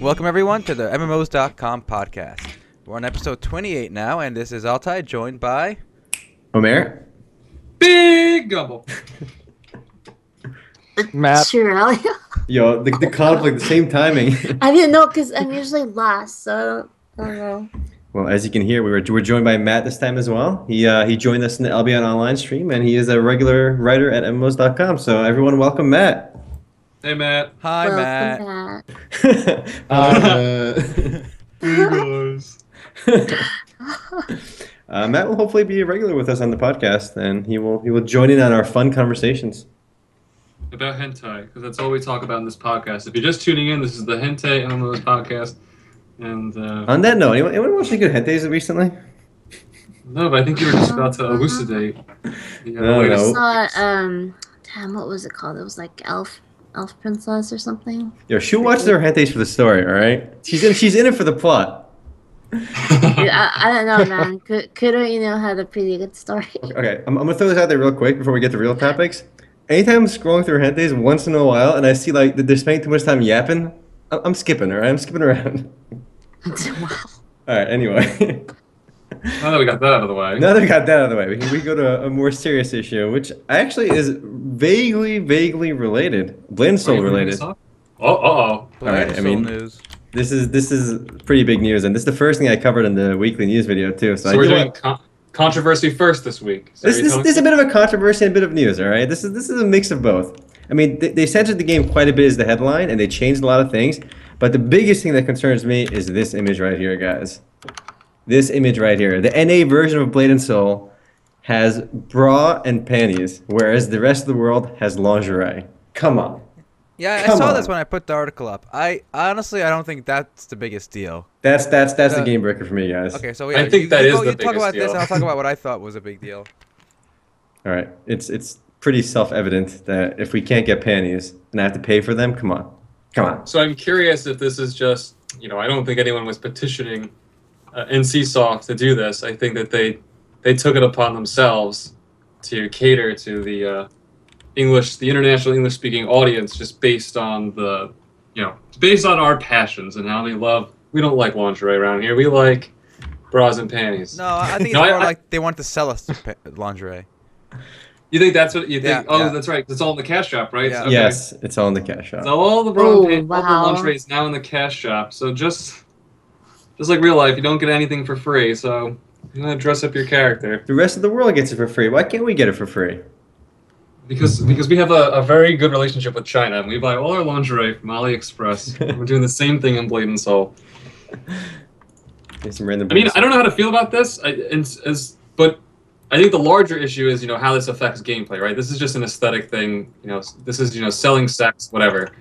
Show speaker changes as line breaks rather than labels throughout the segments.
Welcome, everyone, to the MMOs.com podcast. We're on episode 28 now, and this is Altai, joined by.
Omer?
Big Gumble.
Matt,
Sure,
Yo, the, the conflict, the same timing.
I didn't know because I'm usually last, so I don't, I don't know.
well, as you can hear, we were, we're joined by Matt this time as well. He uh, he joined us in the Albion Online stream, and he is a regular writer at MMOs.com. So, everyone, welcome Matt.
Hey, Matt.
Hi,
Welcome
Matt.
back.
uh,
Bigos.
uh, Matt will hopefully be a regular with us on the podcast, and he will he will join in on our fun conversations.
About hentai, because that's all we talk about in this podcast. If you're just tuning in, this is the Hentai MMOs podcast. And, uh,
On that note, anyone, anyone watch any good hentes recently?
no, but I think you were just about to elucidate. the, uh,
No,
latest-
Oh.
no.
I saw, um, damn, what was it called? It was like Elf, Elf Princess or something.
Yo, she'll watch their hentes for the story, all right? She's in, she's in it for the plot.
Dude, I, I don't know, man. Ku- Kudo, you know, had a pretty good story.
Okay, I'm, I'm gonna throw this out there real quick before we get to real topics. Anytime I'm scrolling through Hentes once in a while and I see like that they're spending too much time yapping, I'm, I'm skipping, alright? I'm skipping around.
wow.
Alright, anyway.
Now that we got that out of the way.
now that we got that out of the way, we can we go to a more serious issue, which actually is vaguely, vaguely related. Blend
Are you
Soul
bringing
related.
this up? Oh, uh-oh.
right,
Black
I mean-
Soul news.
This is this is pretty big news, and this is the first thing I covered in the weekly news video too. So,
So
I
we're
do
doing
want-
con- controversy first this week. So
This,
you're
this,
telling-
this is a bit of a controversy and a bit of news, all right? This is this is a mix of both. I mean, they, they censored the game quite a bit as the headline, and they changed a lot of things. But the biggest thing that concerns me is this image right here, guys. This image right here. The NA version of Blade and Soul has bra and panties, whereas the rest of the world has lingerie. Come on.
Yeah, I
Come
saw
on.
this when I put the article up. I honestly, I don't think that's the biggest deal.
That's that's that's the
Uh,
game breaker for me, guys.
Okay, so yeah,
I think
you,
that
you
is
go-
the
you talk about
biggest
this,
deal.
and I'll talk about what I thought was a big deal.
All right. It's it's pretty self-evident that if we can't get panties and I have to pay for them, come on. Come on.
So I'm curious if this is just, you know, I don't think anyone was petitioning uh, NCSoft to do this. I think that they they took it upon themselves to cater to the uh, English, the international English speaking audience, just based on the, you know, based on our passions and how we love. We don't like lingerie around here. We like bras and panties.
No, I think it's
No, I-
more
I-
like they want to sell us pa- lingerie.
You think that's what you think?
Yeah,
oh,
yeah.
that's right. 'cause It's all in the cash shop, right?
Yeah.
Yes, it's all in the cash shop.
So all the brown
Oh,
paint,
wow.
all the lingerie is now in the cash shop. So just, just like real life, you don't get anything for free. So you gotta dress up your character
The rest of the world gets it for free. Why can't we get it for free?
because because we have a, a very good relationship with China, and we buy all our lingerie from AliExpress. We're doing the same thing in Blade and Soul.
Get some random.
I mean, I don't know how to feel about this. I, and, as, but I think the larger issue is you know how this affects gameplay, right? This is just an aesthetic thing. You know, s- this is you know selling sex, whatever.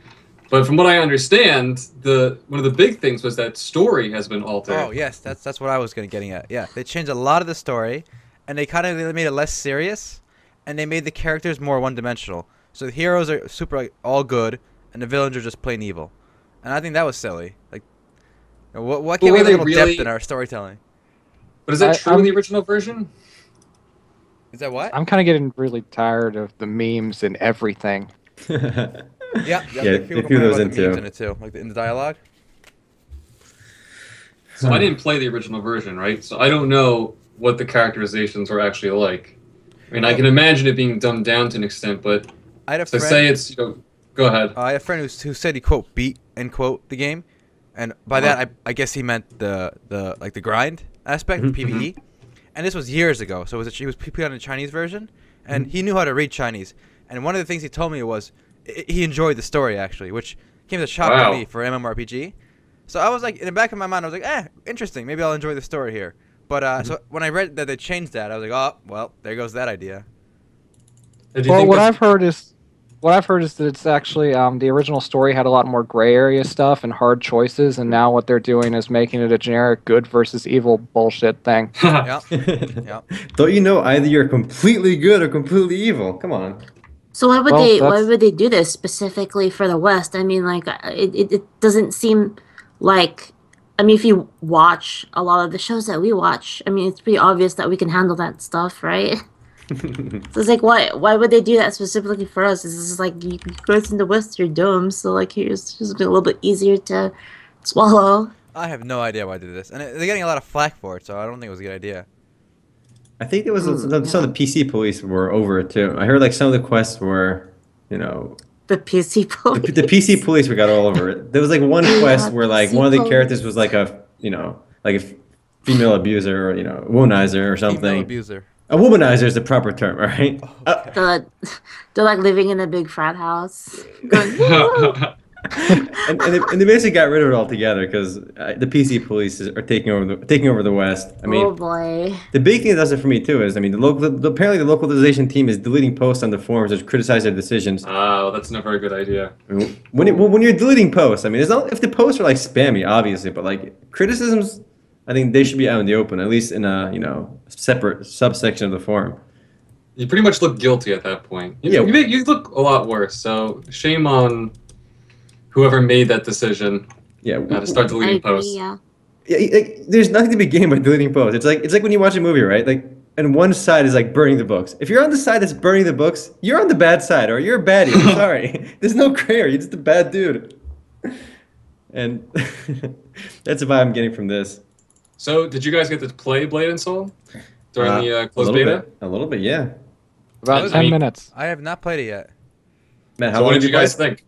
But from what I understand, the one of the big things was that story has been altered.
Oh yes, that's that's what I was gonna getting at. Yeah, they changed a lot of the story, and they kind of made it less serious, and they made the characters more one-dimensional. So the heroes are super like, all good, and the villains are just plain evil, and I think that was silly. Like, what what can't
were
we have a
they
little
really-
depth in our storytelling?
But is that
I-
true in
I'm-
the original version?
Is that what?
I'm kind of getting really tired of the memes and everything.
know.
yeah, yeah.
Yeah,
the
they
people
threw
complain
those
about
in
the memes
too.
in it too, like the, in the dialogue.
So I didn't play the original version, right? So I don't know what the characterizations were actually like. I mean, I can imagine it being dumbed down to an extent, but
I had a
to
friend.
say it's you know, go ahead.
I had a friend who, who said he quote beat end quote the game, and by that I, I guess he meant the the like the grind aspect
Mhm,
the PVE, and this was years ago. So it was a, he was put on a Chinese version, and he knew how to read Chinese. And one of the things he told me was i he enjoyed the story actually, which came as a shock
Wow.
to me for MMORPG. So I was like in the back of my mind I was like, eh, interesting. Maybe I'll enjoy the story here. But uh, so when I read that they changed that, I was like, oh well, there goes that idea.
Do you
Well,
think
what
that's-
I've heard is, what I've heard is that it's actually um, the original story had a lot more gray area stuff and hard choices, and now what they're doing is making it a generic good versus evil bullshit thing.
Yeah.
Don't you know either you're completely good or completely evil? Come on.
So why would
Well,
they? Why
that's-
would they do this specifically for the West? I mean, like it, it, it doesn't seem like. I mean, if you watch a lot of the shows that we watch, I mean, it's pretty obvious that we can handle that stuff, right? so it's like, why? Why would they do that specifically for us? This is like you you guys in the West are dumb, so like here's just a little bit easier to swallow.
I have no idea why I did this, and it- they're getting a lot of flack for it, so I don't think it was a good idea.
I think there was
Hmm,
some, some of the PC police were over it too. I heard like some of the quests were, you know,
The PC
the,
police.
the PC police were got all over it. There was like one quest where like
PC
one of the
police.
characters was like a, you know, like a f- female abuser or you know, womanizer or
Female
something.
abuser.
A womanizer is the proper term, all right?
Oh.
Uh,
The, they're like living in a big frat house. Going, "Woo!"
and, and, they, and they basically got rid of it altogether because uh, the PC police is, are taking over the taking over the West. I mean,
oh boy.
the big thing that does it for me too is I mean the local the, apparently the localization team is deleting posts on the forums that criticize their decisions.
Ah, well, that's not a very good idea.
I mean, when it, when you're deleting posts, I mean, it's not if the posts are like spammy, obviously, but like criticisms, I think they should be out in the open, at least in a you know separate subsection of the forum.
You pretty much look guilty at that point. You,
Yeah.
you, make- you look a lot worse. So shame on whoever made that decision
Yeah,
uh, to start
I
deleting
agree,
posts.
yeah.
Yeah, like, there's nothing to be gained by deleting posts. It's like it's like when you watch a movie, right? Like, and one side is like burning the books. If you're on the side that's burning the books, you're on the bad side, or you're a baddie. I'm sorry, there's no gray area. You're just a bad dude. And that's the vibe I'm getting from this.
So did you guys get to play Blade and Soul during
Uh,
the uh,
a
closed
little
beta?
bit, a little bit, yeah.
About
I
ten
mean-
minutes.
I have not played it yet.
Matt, how
So
long
what
did
did you guys
play?
think?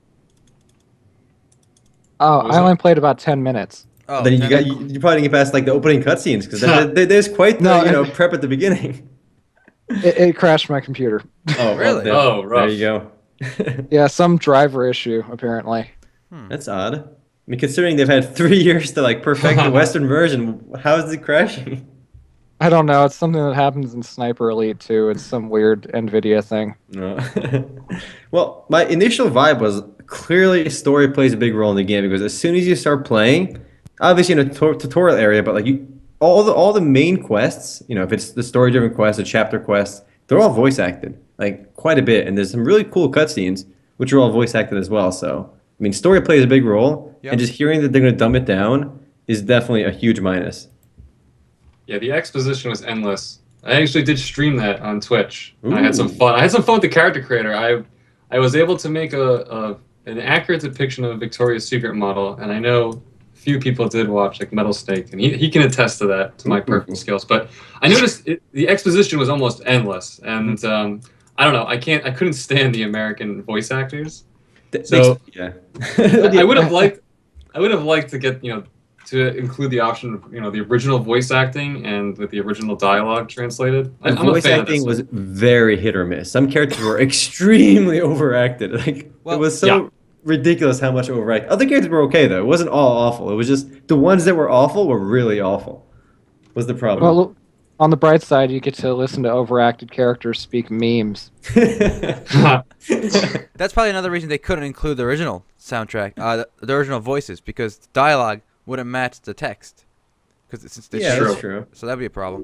Oh,
What was
I only played about ten minutes.
Oh,
then you
damn
got
it.
you, you probably didn't get past like the opening cutscenes because there's quite the
No,
you know
it-
prep at the beginning.
It, it crashed my computer.
Oh, well,
Really?
there-
Oh,
there
rough.
you go.
Yeah, some driver issue apparently.
Mm-hmm. That's odd. I mean, considering they've had three years to like perfect the Western version, how is it crashing?
I don't know. It's something that happens in Sniper Elite too. It's some weird Nvidia thing.
No. well, my initial vibe was clearly story plays a big role in the game because as soon as you start playing, obviously in a tu- tutorial area, but like you, all the all the main quests, you know, if it's the story driven quests, the chapter quests, they're all voice acted, like quite a bit, and there's some really cool cutscenes which are all voice acted as well. So I mean, story plays a big role,
Yep.
and just hearing that they're going to dumb it down is definitely a huge minus.
Yeah, the exposition was endless. I actually did stream that on Twitch. and I had some
Ooh.
fun. I had some fun with the character creator. I I was able to make a, a an accurate depiction of a Victoria's Secret model, and I know few people did watch like Metal Snake, and he, he can attest to that to my perfect skills. But I noticed it, the exposition was almost endless, and um, I don't know. I can't. I couldn't stand the American voice actors.
Th-
So-
yeah.
I- I would have liked, I would have liked to get you know to include the option of you know the original voice acting and with the original dialogue translated. I,
The
I'm a
voice
fan of
acting
this.
was very hit or miss. Some characters were extremely overacted. Like
Well,
it was so
yeah.
ridiculous how much overacted. Other characters were okay though. It wasn't all awful. It was just the ones that were awful were really awful. Was the problem?
Well, look, on the bright side, you get to listen to overacted characters speak memes.
That's probably another reason they couldn't include the original soundtrack, uh, the, the original voices, because the dialogue wouldn't match the text. Because it's, it's
yeah,
true.
that's true.
So that'd be a problem.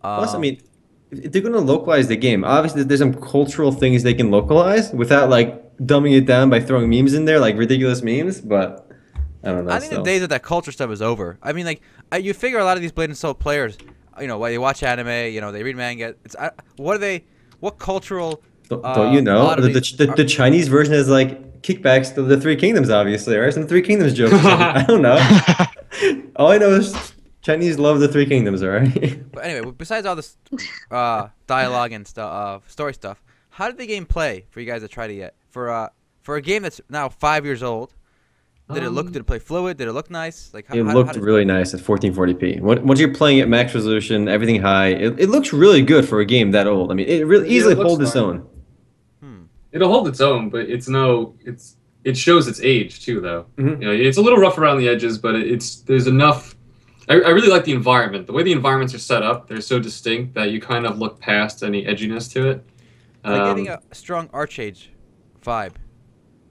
Plus, I
Uh,
Um,
mean, if they're going to localize the game. Obviously, there's some cultural things they can localize without like dumbing it down by throwing memes in there, like ridiculous memes. But I don't know.
I think
still.
the days of that culture stuff is over. I mean, like I, you figure a lot of these Blade and Soul players, you know, while they watch anime, you know, they read manga. It's I, what are they? What cultural?
Don't,
uh,
don't you
a
know
lot
the,
of
the,
these
the,
are-
the Chinese version is like kickbacks to the Three Kingdoms, obviously, right? Some Three Kingdoms jokes. I don't know. All I know is Chinese love the Three Kingdoms, all right?
But anyway, well, besides all this uh, dialogue and stuff, uh, story stuff, how did the game play for you guys that tried it yet? For uh, for a game that's now five years old, did it look?
Um,
Did it play fluid? Did it look nice? Like how,
It
how- how
looked
did-
really nice at 1440p. When- Once you're playing at max resolution, everything high, it, it looks really good for a game that old. I mean, it really
Yeah, it
easily
looks
holds its
fine.
own.
It'll hold its own, but it's no. It's it shows its age too, though.
Mm-hmm.
Mhm.
You know, it's a little rough around the edges, but it- it's there's enough. I, I really like the environment. The way the environments are set up, they're so distinct that you kind of look past any edginess to it.
like
Um,
getting a strong Archage vibe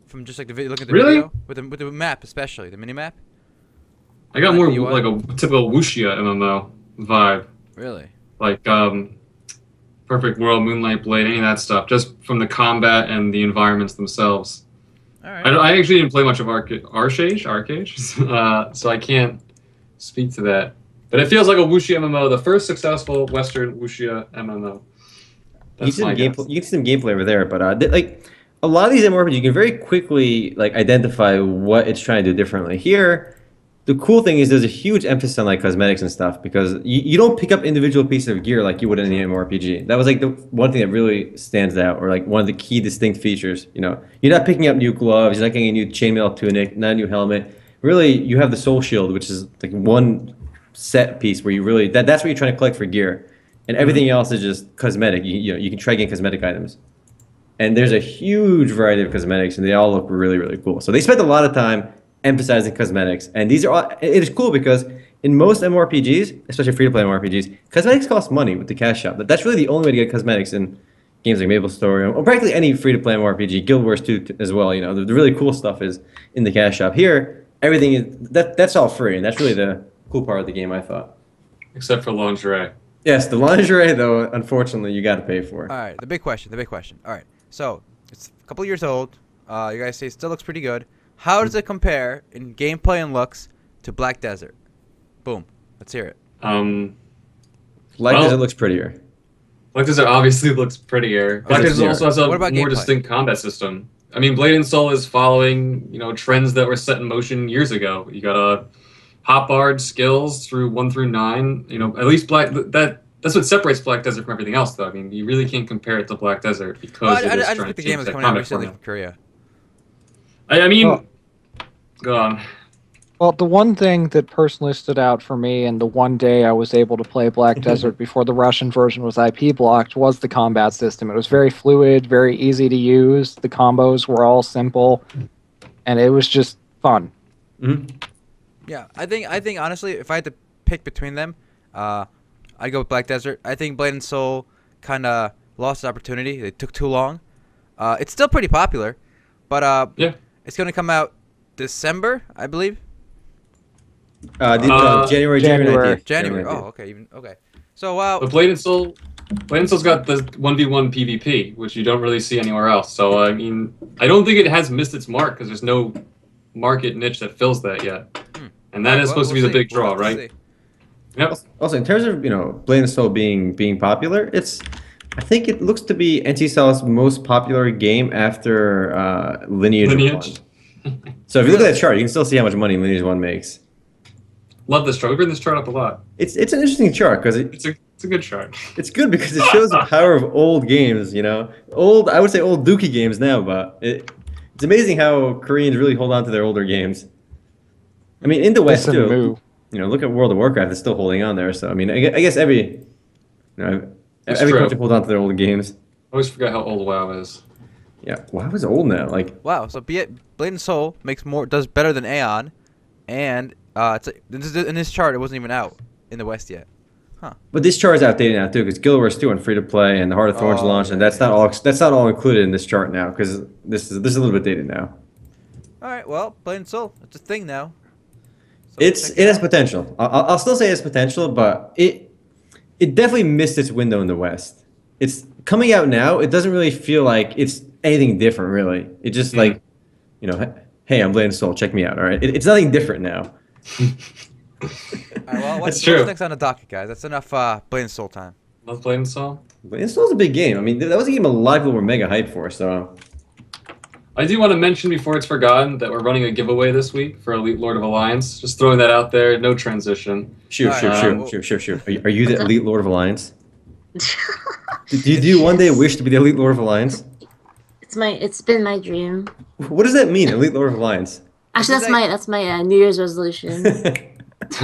from just like the video, looking at the
Really?
video with the with the map especially the mini map.
I got more
like the UI.
like a typical Wuxia MMO vibe.
Really?
like um, Perfect World, Moonlight Blade, any of that stuff, just from the combat and the environments themselves.
All
I,
right.
don't- I actually didn't play much of Arca- Archage, Archage, uh, so I can't speak to that. But it feels like a Wuxia MMO, the first successful Western Wuxia MMO.
you
That's
see
my
some
guess.
gameplay. You can see some gameplay over there, but uh, th- like a lot of these MMORPGs, you can very quickly like identify what it's trying to do differently. Here, the cool thing is there's a huge emphasis on like cosmetics and stuff because you, you don't pick up individual pieces of gear like you would in an MMORPG. That was like the one thing that really stands out, or like one of the key distinct features. You know, you're not picking up new gloves, you're not getting a new chainmail tunic, not a new helmet. Really, you have the soul shield, which is like one set piece where you really that that's what you're trying to collect for gear, and everything else is just cosmetic. You, you know, you can try getting cosmetic items and there's a huge variety of cosmetics and they all look really really cool so they spent a lot of time emphasizing cosmetics and these are all, it is cool because in most MMORPGs, especially free-to-play MMORPGs, cosmetics cost money with the cash shop. But that's really the only way to get cosmetics in games like Maple Story or practically any free-to-play MMORPG, Guild Wars 2 t- as well. You know, the, the really cool stuff is in the cash shop. Here, everything is that that's all free, and that's really the cool part of the game. I thought.
except for lingerie.
Yes, the lingerie though, unfortunately, you got to pay for.
All right, the big question, the big question. All right, so it's a couple years old. Uh, you guys say it still looks pretty good. How does it compare in gameplay and looks to Black Desert? Boom. Let's hear it.
Um,
Like
Well-
it looks prettier.
Black Desert obviously looks prettier. Black
it's
Desert also has a
What
more
about gameplay?
distinct combat system. I mean, Blade and Soul is following you know trends that were set in motion years ago. You got a hot barred skills through one through nine. You know, at least Black that that's what separates Black Desert from everything else, though. I mean, you really can't compare it to Black Desert
Well,
because
I, I,
it is
I
trying
just think
to
the game
change
is
that
coming out
combat
recently from
formula.
Korea.
I, I mean,
Well-
go on.
Well, the one thing that personally stood out for me, and the one day I was able to play Black Desert before the Russian version was IP blocked, was the combat system. It was very fluid, very easy to use. The combos were all simple, and it was just fun.
Mm-hmm.
Yeah, I think I think honestly, if I had to pick between them, uh, I'd go with Black Desert. I think Blade and Soul kind of lost its opportunity. They took too long. Uh, it's still pretty popular, but uh,
Yeah.
it's going to come out December, I believe.
Uh, the,
Uh,
January,
January.
January, 19th.
January. Oh,
19th.
okay, even okay. So uh,
But Blade and Soul, Blade and Soul's got the one v one PvP, which you don't really see anywhere else. So I mean, I don't think it has missed its mark because there's no market niche that fills that yet, and that is
Hmm. well,
supposed to be
we'll
the
see.
big draw,
We'll have to
right?
see.
Yep.
Also, in terms of you know Blade and Soul being being popular, it's I think it looks to be NC Sol's most popular game after uh, Lineage,
Lineage.
One. So if you look at that chart, you can still see how much money Lineage One makes.
Love this chart. We bring this chart up a lot.
It's it's an interesting chart because it,
It's a it's a good chart.
it's good because it shows the power of old games. You know, old I would say old Dookie games now, but it, it's amazing how Koreans really hold on to their older games. I mean, in the West too.
Listen, Moo.
you know, look at World of Warcraft; it's still holding on there. So I mean, I, gue- I guess every, you know,
It's
every
true.
country holds on to their old games.
I always forget how old WoW is.
Yeah, wow, it's old now. Like,
Wow. So be it Blade and Soul makes more, does better than Aeon, and uh, it's this is- in this chart it wasn't even out in the West yet.
but this chart is outdated now too, because Guild Wars 2 and free to play and the Heart of Thorns
Oh,
launched, and
yeah,
that's not all. That's not all included in this chart now, because this is this is a little bit dated now.
All right. Well, Blade and Soul, it's a thing now. So we'll
It's
check
it has
out.
potential. I- I'll, I'll still say it has potential, but it it definitely missed its window in the West. It's coming out now. It doesn't really feel like it's anything different, really. It
Hmm.
just like, you know, hey, I'm Blade Soul. Check me out. All right, it, it's nothing different
All
now.
right, well, what's,
That's true.
what's next on the docket, guys? That's enough uh, Blade and Soul time.
Love Blade and Soul.
Blade Soul's a big game. I mean, th- that was a game a lot of people were mega hyped for. So
I do want to mention before it's forgotten that we're running a giveaway this week for Elite Lord of Alliance. Just throwing that out there. No transition.
shoot,
All right,
shoot,
um,
shoot,
well-
shoot, shoot, shoot. Are you, are you the elite Lord of Alliance? Do you, do you one day wish to be the elite Lord of Alliance?
it's my it's been my dream.
What does that mean, elite Lord of Alliance?
Actually, that's
that-
my that's my uh, New Year's resolution.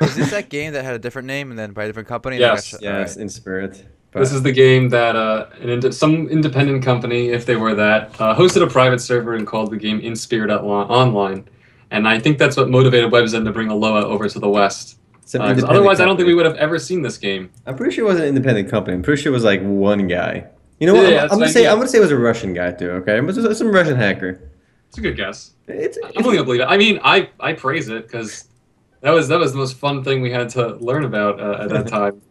Is this that game that had a different name and then by a different company? and
Yes,
it got shut- all
yes, in spirit. But-
This is the game that uh, an ind- some independent company, if they were that, uh, hosted a private server and called the game In Spirit at Lo- Online. And I think that's what motivated WebZen to bring Aloha over to the West.
Some
Uh, 'cause
independent
otherwise, I don't think
company.
we would have ever seen this game.
I'm pretty sure it was an independent company. I'm pretty sure it was like one guy. You know
Yeah,
what?
yeah,
I'm, I'm
that's
gonna
what I
say
mean.
I'm gonna say it was a Russian guy too. Okay, it was some Russian hacker.
It's a good guess.
It's,
I'm
it's
only gonna believe it. I mean, I, I praise it because that was that was the most fun thing we had to learn about uh, at that time.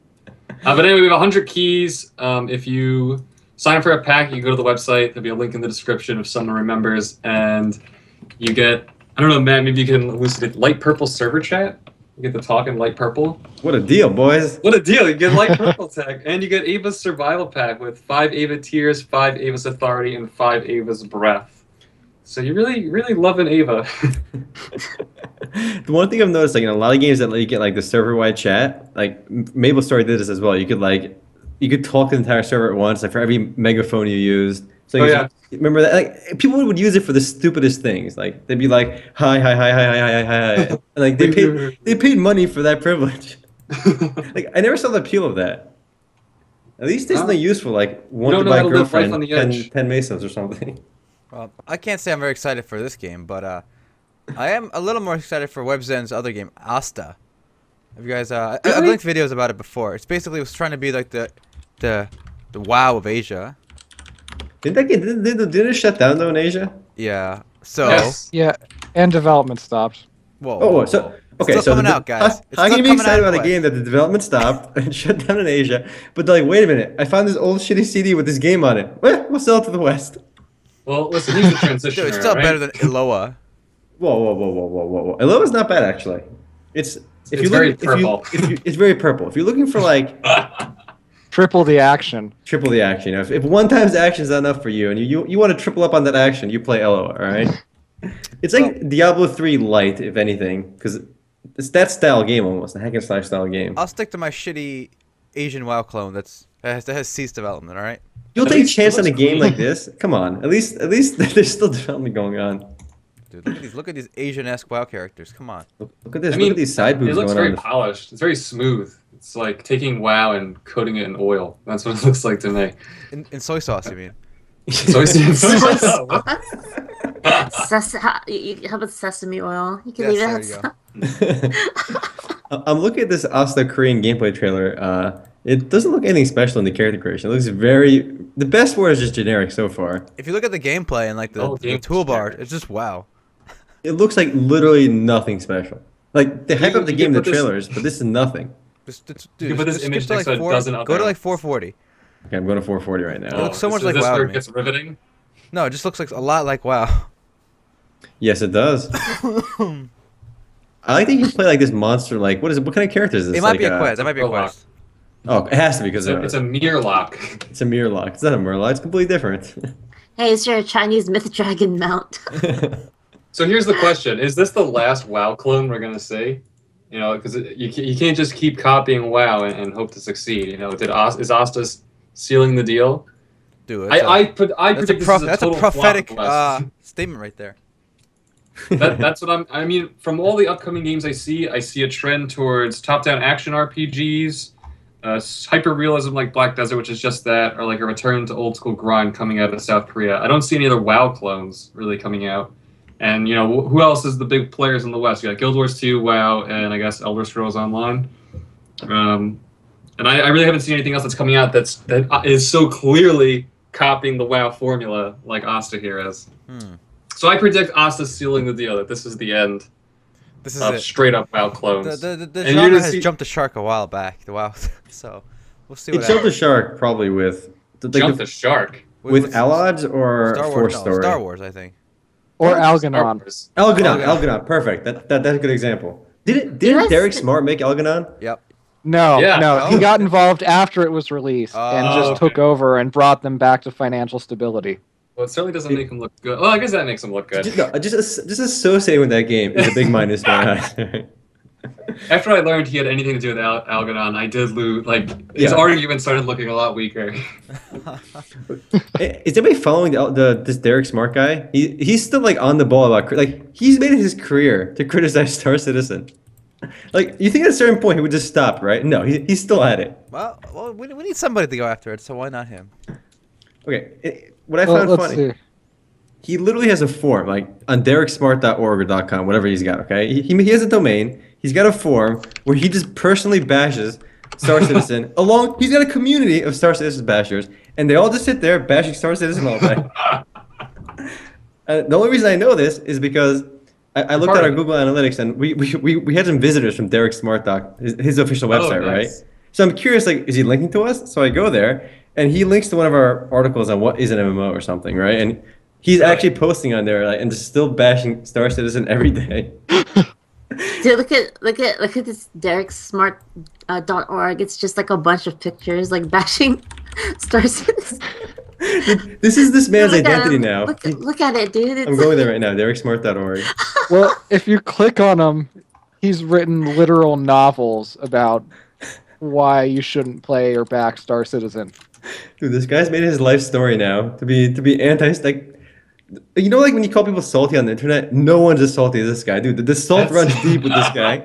Uh, but anyway, we have 100 keys. Um, if you sign up for a pack, you go to the website. There'll be a link in the description if someone remembers, and you get I don't know, Matt. Maybe you can elucidate light purple server chat. You get to talk in light purple.
what a deal, boys.
What a deal! You get light purple tech, and you get Ava's survival pack with five Ava tears, five Ava's authority, and five Ava's breath. So you really, really loving Ava.
the one thing I've noticed, like in a lot of games that like, you get like the server-wide chat, like M- Mabel Story did this as well. You could like, you could talk to the entire server at once, like for every megaphone you used. So
Oh,
you-
yeah.
remember that? Like people would use it for the stupidest things. Like they'd be like, hi, hi, hi, hi, hi, hi, hi, hi, hi. And, like they paid, they paid money for that privilege. Like I never saw the appeal of that. At least there's
Huh?
something useful, like one
don't
to
know
my
how to live life
girlfriend,
on the
10,
edge.
10 mesas or something.
Well, I can't say I'm very excited for this game, but uh, I am a little more excited for WebZen's other game, Asta. Have you guys? Uh, I, I've
Really?
linked videos about it before. It's basically it was trying to be like the, the, the WoW of Asia.
Didn't that get did, did, did it shut down though in Asia?
Yeah. So.
Yes.
Yeah, and development stopped.
Whoa.
Oh,
whoa,
so
whoa. It's
okay,
still
so
coming
the-
out, guys.
How,
It's
how
still
can you be
coming
excited
out
about a
quick.
game that the development stopped and shut down in Asia? But like, wait a minute, I found this old shitty CD with this game on it. What? We'll sell it to the West.
Well, listen, he's a transition.
Dude, it's still better than Iloa.
Whoa, whoa, whoa, whoa, whoa, whoa, whoa. Ilova's not bad actually. It's if
It's
you
very
look, if you,
purple.
if you, it's very purple. If you're looking for like
Triple the action.
triple the action, you know, if, if one time's action is not enough for you and you, you you want to triple up on that action, you play LO. All right. It's like Diablo three light, if anything, because it's that style game almost, a hack and slash style game.
I'll stick to my shitty Asian WoW clone that's that has, that has ceased development. All right.
You'll
At
take a
least it
chance on a
looks
game
clean.
like this? Come on. At least at least there's still development going on.
Dude, look at these look at these Asian-esque WoW characters. Come on.
Look, look at this.
I mean,
look at these side
It
boobs
looks
going
very
on.
polished. It's very smooth. It's like taking WoW and coating it in oil. That's what it looks like to me.
In, in soy sauce, you mean?
So I see-
Ses- how, you, you- how about sesame oil? You can
Yes,
leave
there
it
you go.
outside.
I- I'm looking at this Asta Korean gameplay trailer. Uh, it doesn't look anything special in the character creation. It looks very. The best word is just generic so far.
If you look at the gameplay and like the,
Oh,
the
game's
toolbar,
generic.
it's just wow.
It looks like literally nothing special. Like they hype
You-
up the
you
game in the
can put this-
trailers, but this is nothing.
Just, it's- dude,
You can put
just
this
skip
image
to,
next to a
four-
dozen other
Go to like
ones.
440.
Okay, I'm going to 440 right now.
It looks so
Oh,
much
is
like
this
WoW
where
to
it
me.
gets riveting.
No, it just looks like a lot like wow.
Yes, it does. I like that you can play like this monster. Like, what is it? What kind of character is this?
It might
Like,
be a
uh,
quest. It might be a
prologue.
quest.
Oh, it has to be because
It's a, it's a mirror lock.
It's a Murloc. It's not a Murloc. It's completely different.
Hey, is there a Chinese myth dragon mount?
So here's the question: Is this the last WoW clone we're gonna see? You know, because you, ca- you can't just keep copying WoW and, and hope to succeed. You know, did Os- is Ostas sealing the deal?
Dude,
I
that's a-
I put I
that's a,
predict this
prof-
is a
that's a
total flop
prophetic
unless-
uh, statement right there.
that, that's what I'm. I mean, from all the upcoming games I see, I see a trend towards top-down action RPGs, uh, hyper realism like Black Desert, which is just that, or like a return to old-school grind coming out of South Korea. I don't see any other WoW clones really coming out. And you know, wh- who else is the big players in the West? You got Guild Wars 2, WoW, and I guess Elder Scrolls Online. Um, and I, I really haven't seen anything else that's coming out that's that uh, is so clearly copying the WoW formula like Asta here is.
Hmm.
So I predict Asta's sealing the deal that this is the end
This is
of
it.
straight up WoW
The,
clones.
the, the, the
And you're
genre
gonna
has
see-
jumped the shark a while back. The WoW. so we'll see
it
what
jumped the
happens.
shark probably with the, like,
Jump
the-
the shark.
Wait,
with
what's-
Allods or
Star
Four
Wars. No,
Story.
Star Wars, I think.
Or
Star
Algonon.
Wars.
Elganon,
Elganon.
Elganon, perfect. That, that that's a good example. Did it? Did
guys-
not Derek Smart make Elganon?
Yep.
No,
Yeah.
no,
Oh.
he got involved after it was released and
Oh,
just
okay.
took over and brought them back to financial stability.
Well, it certainly doesn't make him look good. Well, I guess that makes him look
Just,
good.
no, just as- just associating with that game is a big minus for my
After I learned he had anything to do with Al- Algonon, I did lose. Like his
Yeah.
argument started looking a lot weaker.
Eh, Is anybody following the, the this Derek Smart guy? He he's still like on the ball about cri- like he's made it his career to criticize Star Citizen. Like you think at a certain point he would just stop, right? No, he, he's still at it.
Well, well we, we need somebody to go after it, so why not him?
Okay, it, what I
Well,
found
let's
funny.
see.
he literally has a form like on dereksmart.org or .com, whatever he's got. Okay, he, he has a domain. He's got a form where he just personally bashes Star Citizen. Along, he's got a community of Star Citizen bashers, and they all just sit there bashing Star Citizen all day. Uh, the only reason I know this is because I, I looked at
Part
our
of it.
Google Analytics and we, we, we, we had some visitors from Derek Smart Doc, his, his official website,
Oh, nice.
right? So I'm curious, like, is he linking to us? So I go there and he links to one of our articles on what is an MMO or something, right? And he's
Right.
actually posting on there like, and just still bashing Star Citizen every day.
Dude, look at look at look at this Derek Smart uh, dot org. It's just like a bunch of pictures like bashing Star Citizen.
This is this man's
Look at
identity
it.
now.
Look, look at it, dude. It's,
I'm going there right now. DerekSmart.org.
Well, if you click on him, he's written literal novels about why you shouldn't play or back Star Citizen.
Dude, this guy's made his life story now to be to be anti like. You know, like when you call people salty on the internet, no one's as salty as this guy, dude. The, the salt
That's-
runs deep with this guy.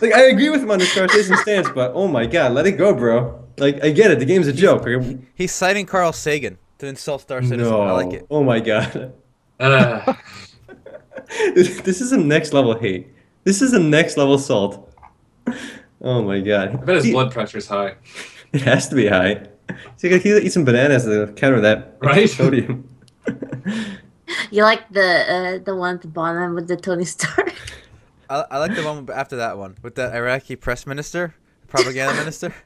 like, I agree with him on the Star Citizen stance, but oh my god, let it go, bro. Like, I get it. The game's a joke. okay?
He's citing Carl Sagan to insult Star Citizen.
No.
I like it.
Oh my god.
Ah,
this is a next level hate. This is a next level salt. Oh my god.
I bet his
He-
blood pressure's high.
It has to be high. So you gotta eat some bananas to counter that
Right?
sodium.
You like the uh, the one at the bottom with the Tony Stark?
I, I like the one after that one with that Iraqi press minister, propaganda minister.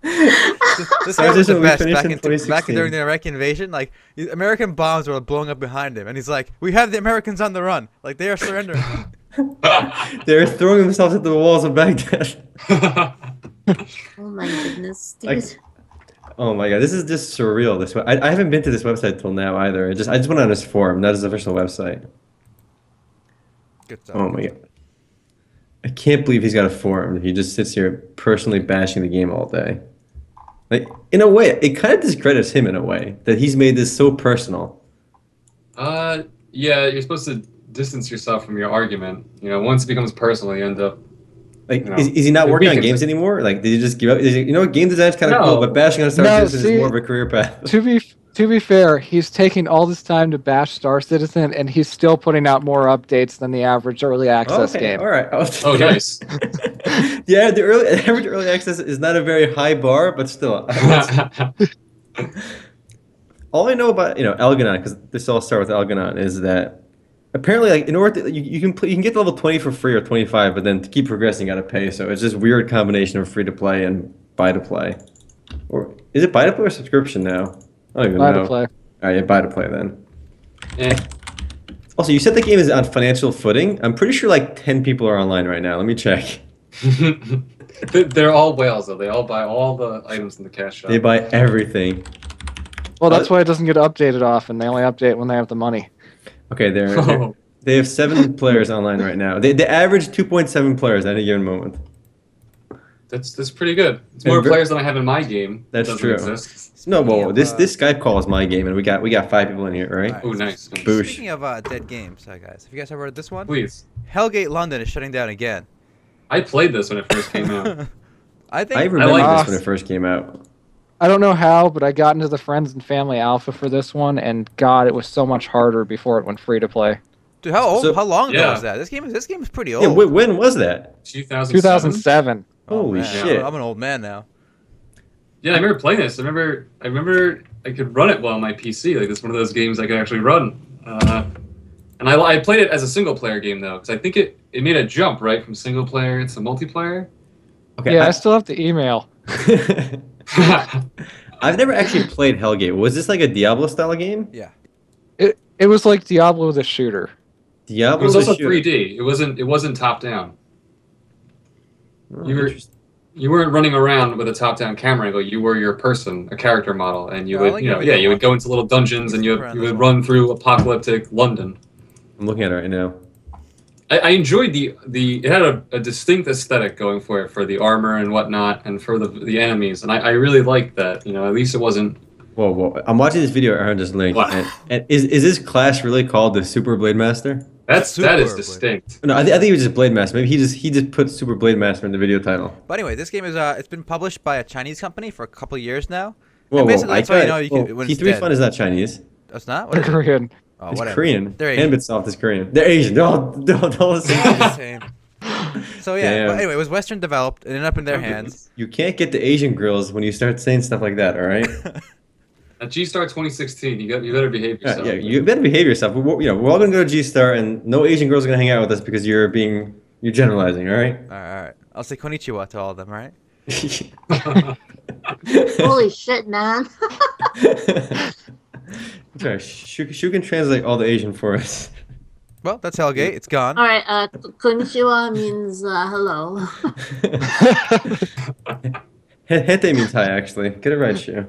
This- this
Star
guy was the
Citizen, we
best
finished
back,
in
in back
2016.
during the Iraqi invasion. Like the American bombs were blowing up behind him, and he's like, "We have the Americans on the run. Like they are surrendering."
They're throwing themselves at the walls of Baghdad.
Oh my goodness, dude.
Like- Oh my god, this is just surreal. This we- I, I haven't been to this website till now either. I just I just went on his forum, not his official website.
Good stuff.
Oh my god, I can't believe he's got a forum. He just sits here personally bashing the game all day. Like in a way, it kind of discredits him in a way that he's made this so personal.
Uh, yeah, you're supposed to distance yourself from your argument. You know, once it becomes personal, you end up.
Like,
No.
is, is he not
It
working on
weakens
games anymore? Like, did he just give up? Is he, you know, what, game design's kind of cool,
No.
but bashing on Star
No,
Citizen
see-
is more of a career path.
To be to be fair, he's taking all this time to bash Star Citizen, and he's still putting out more updates than the average early access
okay,
game.
all right.
Oh, nice.
yeah, the early the average early access is not a very high bar, but still. all I know about you know Algonon because this all start with Algonon is that apparently like in order to, you, you can play, you can get to level twenty for free or twenty five, but then to keep progressing you gotta pay. So it's this weird combination of free to play and buy to play, or is it buy to play or subscription now? I don't even
Buy
know.
to play.
All right, yeah, buy to play then.
Eh,
Also, you said the game is on financial footing. I'm pretty sure like ten people are online right now. Let me check.
They- They're all whales, though. They all buy all the items in the cash shop.
They buy everything.
Well, that's why it doesn't get updated often. They only update when they have the money.
Okay, they're, they're
Oh,
They have seven players online right now. They, they average 2.7 players at any given moment.
that's that's pretty good. It's
And
more
ver-
players than I have in my game. that
That's
doesn't
true.
Exist.
No,
Speaking
whoa,
of,
this
uh,
this Skype call is my game, and we got we got five people in here, right?
Alright.
Oh, nice. nice.
Boosh.
Speaking of uh, dead games, uh, guys, have you guys ever heard of this one?
Please.
Hellgate London is shutting down again.
I played this when it first came out.
I think
I remember
like
this
this.
when it first came out.
I don't know how, but I got into the friends and family alpha for this one, and God, it was so much harder before it went free to play.
Dude, how old?
So-
how long ago
Yeah.
was that? This game. is This game is pretty old.
Yeah, wh- when was that?
2007.
2007.
Oh,
Holy
man, I'm-
shit!
I'm an old man now.
Yeah, I remember playing this. I remember. I remember I could run it well on my PC. Like it's one of those games I could actually run. Uh, and I, I played it as a single player game though, because I think it, it made a jump right from single player to multiplayer.
Okay,
yeah, I,
I-
still have the email.
I've never actually played Hellgate. Was this like a Diablo style game?
It it was like Diablo with a shooter.
it
Diablo.
was
is
also
shooter.
3D. It wasn't. It wasn't top down.
Oh,
You were-
interesting.
You weren't running around with a top-down camera angle. You were your person, a character model, and you
Yeah, I
would,
like
you know,
that we
yeah,
don't
you would
watch
go into little dungeons and you
around
you
this
would
one.
run through apocalyptic London.
I'm looking at it right now.
I, I enjoyed the the it had a, a distinct aesthetic going for it for the armor and whatnot and for the the enemies and I, I really liked that you know at least it wasn't
Whoa, whoa! I'm watching this video around this link,
Wow.
and, and is is this class really called the Super Blade Master?
that's that is
Superbly.
distinct
No, I, thi- I think it was just Blade Master. Maybe he just he just put Super Blade Master in the video title.
But anyway, this game is uh, it's been published by a Chinese company for a couple of years now. And
Whoa, whoa,
basically,
I
that's how you
got
know you can-
whoa,
when
T
it's
three
dead.
fun is not Chinese.
That's not what. Is it?
Korean.
Oh,
It's
whatever.
Korean.
They're Asian.
Ambitsoft is Korean. They're Asian. They're all, they're all, they're all the
They're
same.
the same. So yeah. But
Damn.
anyway, it was Western developed and ended up in their hands.
you can't get the Asian grills when you start saying stuff like that. All right.
at G Star 2016 you got you better behave
yeah,
yourself
yeah, you better behave yourself. We're, we're- you know, we're all gonna go to G Star, and no Asian girls are gonna hang out with us because you're being you're generalizing. All right.
All right, all right. I'll say konnichiwa to all of them, right?
Holy shit, man!
Sorry, Shu, Shu can translate all the Asian for us.
Well, that's Hellgate. It's gone.
All right, uh, konnichiwa means uh, hello.
Hete means hi, actually. Get it right, Shu.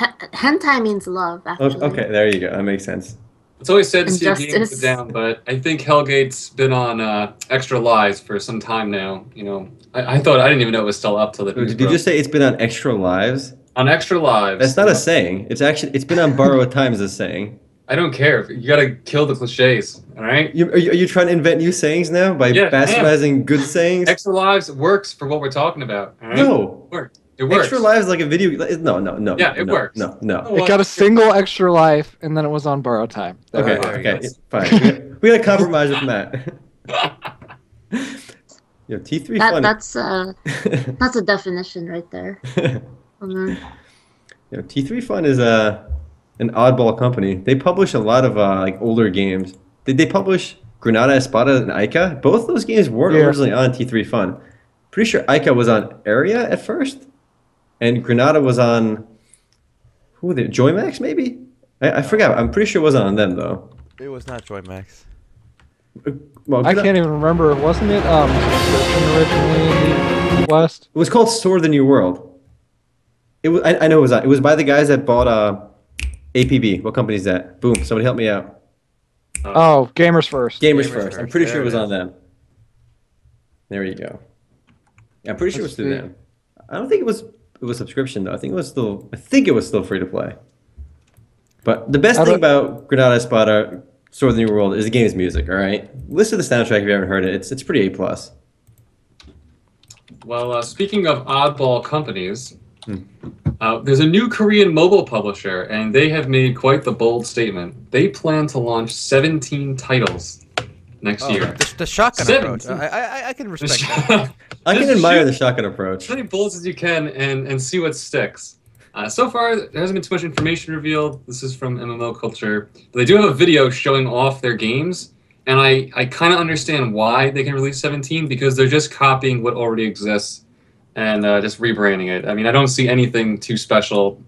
H- hentai means love. Actually.
Oh, okay, there you go. That makes sense.
It's always sad to see a game
Injustice.
put down, but I think Hellgate's been on uh, Extra Lives for some time now. You know, I, I thought I didn't even know it was still up till the news
Did you
broke.
just say it's been on Extra Lives?
on Extra Lives.
That's not a saying. It's actually it's been on Borrowed Time as a saying.
I don't care. You gotta kill the cliches. All right.
You, are, you, are you trying to invent new sayings now by
Yeah, I am.
bastardizing good sayings?
Extra Lives works for what we're talking about. All right?
no.
it works.
Extra Lives like a video. like- No, no, no.
Yeah, it
no,
works.
No, no.
Oh,
It
uh,
got a single extra life, and then it was on borrowed time. There
Okay,
we go.
Oh, there you
okay,
go.
fine. We gotta- We gotta compromise with Matt. Yo, T three
That,
funny.
that's uh, that's a definition right there. Mhm.
Yo, T three Fun is a an oddball company. They publish a lot of uh, like older games. Did they publish Granada Espada and Ica? Both those games weren't
Yeah.
originally on T three Fun. Pretty sure Ica was on Area at first, and Granada was on who were they? Joymax maybe? I, I forgot. I'm pretty sure it was on them though.
It was not Joy Max.
Well,
I
uh,
Grana-
can't even remember. Wasn't it um subscription originally in the West?
It was called Sword of the New World. It was, I, I know it was on. It was by the guys that bought uh, APB. What company is that? Boom! Somebody help me out.
Oh, gamers first.
Gamers,
Gamers
first. I'm
First.
pretty
There
sure
it
it was
is.
on them. There you go. Yeah, I'm pretty sure it was
Let's
through
see.
them. I don't think it was it was subscription though. I think it was still I think it was still free to play. But the best
How do-
thing about Granada Espada Sword of the New World is the game's music. All right, listen to the soundtrack if you haven't heard it. It's it's pretty A plus.
Well, uh, speaking of oddball companies,
Hmm.
uh, there's a new Korean mobile publisher, and they have made quite the bold statement. They plan to launch 17 titles next
Oh,
year.
the, the shotgun
Seven.
approach. I, I, I- I can respect that.
I
Just
can admire
shoot
the shotgun approach.
as many bullets as you can and, and see what sticks. Uh, so far, there hasn't been too much information revealed. This is from MMO Culture. But they do have a video showing off their games, and I, I kind of understand why they can release 17 because they're just copying what already exists and uh, just rebranding it. I mean, I don't see anything too special.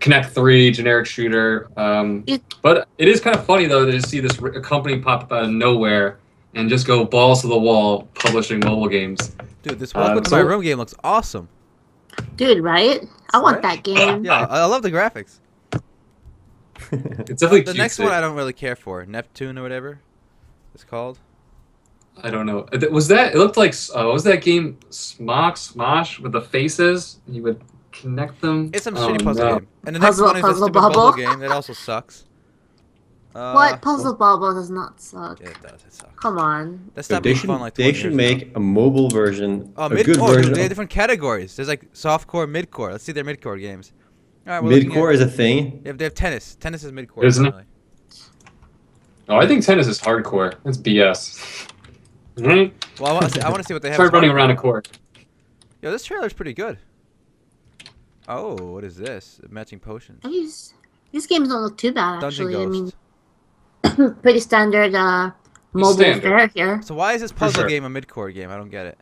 Connect 3, generic shooter. Um,
It-
but it is kind of funny, though, to just see this r- company pop up out of nowhere and just go balls to the wall publishing mobile games.
Dude, this
Um,
Welcome to
so-
My Room game looks awesome.
Dude, right? I want that game.
Yeah, I I love the graphics.
It's definitely
The next
cutesy.
one I don't really care for. Neptune or whatever it's called.
I don't know. Uh, th- Was that? It looked like. s- Uh, what was that game Smock Smosh with the faces? You would connect them.
It's some
Oh,
shitty puzzle
no.
game. And the next
Puzzle-
one is a
puzzle
stupid bubble
bubble.
game that also sucks. Uh,
What puzzle bobble does not suck?
Yeah, it does. It sucks.
Come on.
That's
Yo,
not
they
being
should,
fun like
they
20
should
years ago.
make a mobile version,
Oh,
a
mid-
good
oh,
version.
Dude, they have
of-
different categories. There's like softcore, midcore. Let's see their midcore games. All right, we're looking
Midcore
At,
is a thing.
they, have, they have tennis. Tennis is midcore.
Isn't it?
apparently.
Oh, I think tennis is hardcore. That's BS. Mhm.
Well, I want to see, I want to see what they have.
Start
as well.
running around a court.
Yo, this trailer's pretty good. Oh, what is this? Matching potions.
These these games don't look too bad
Dungeon
actually. I
Ghost.
mean, pretty standard uh, mobile
Standard.
fare here.
So why is this puzzle
sure.
game a midcore game? I don't get it.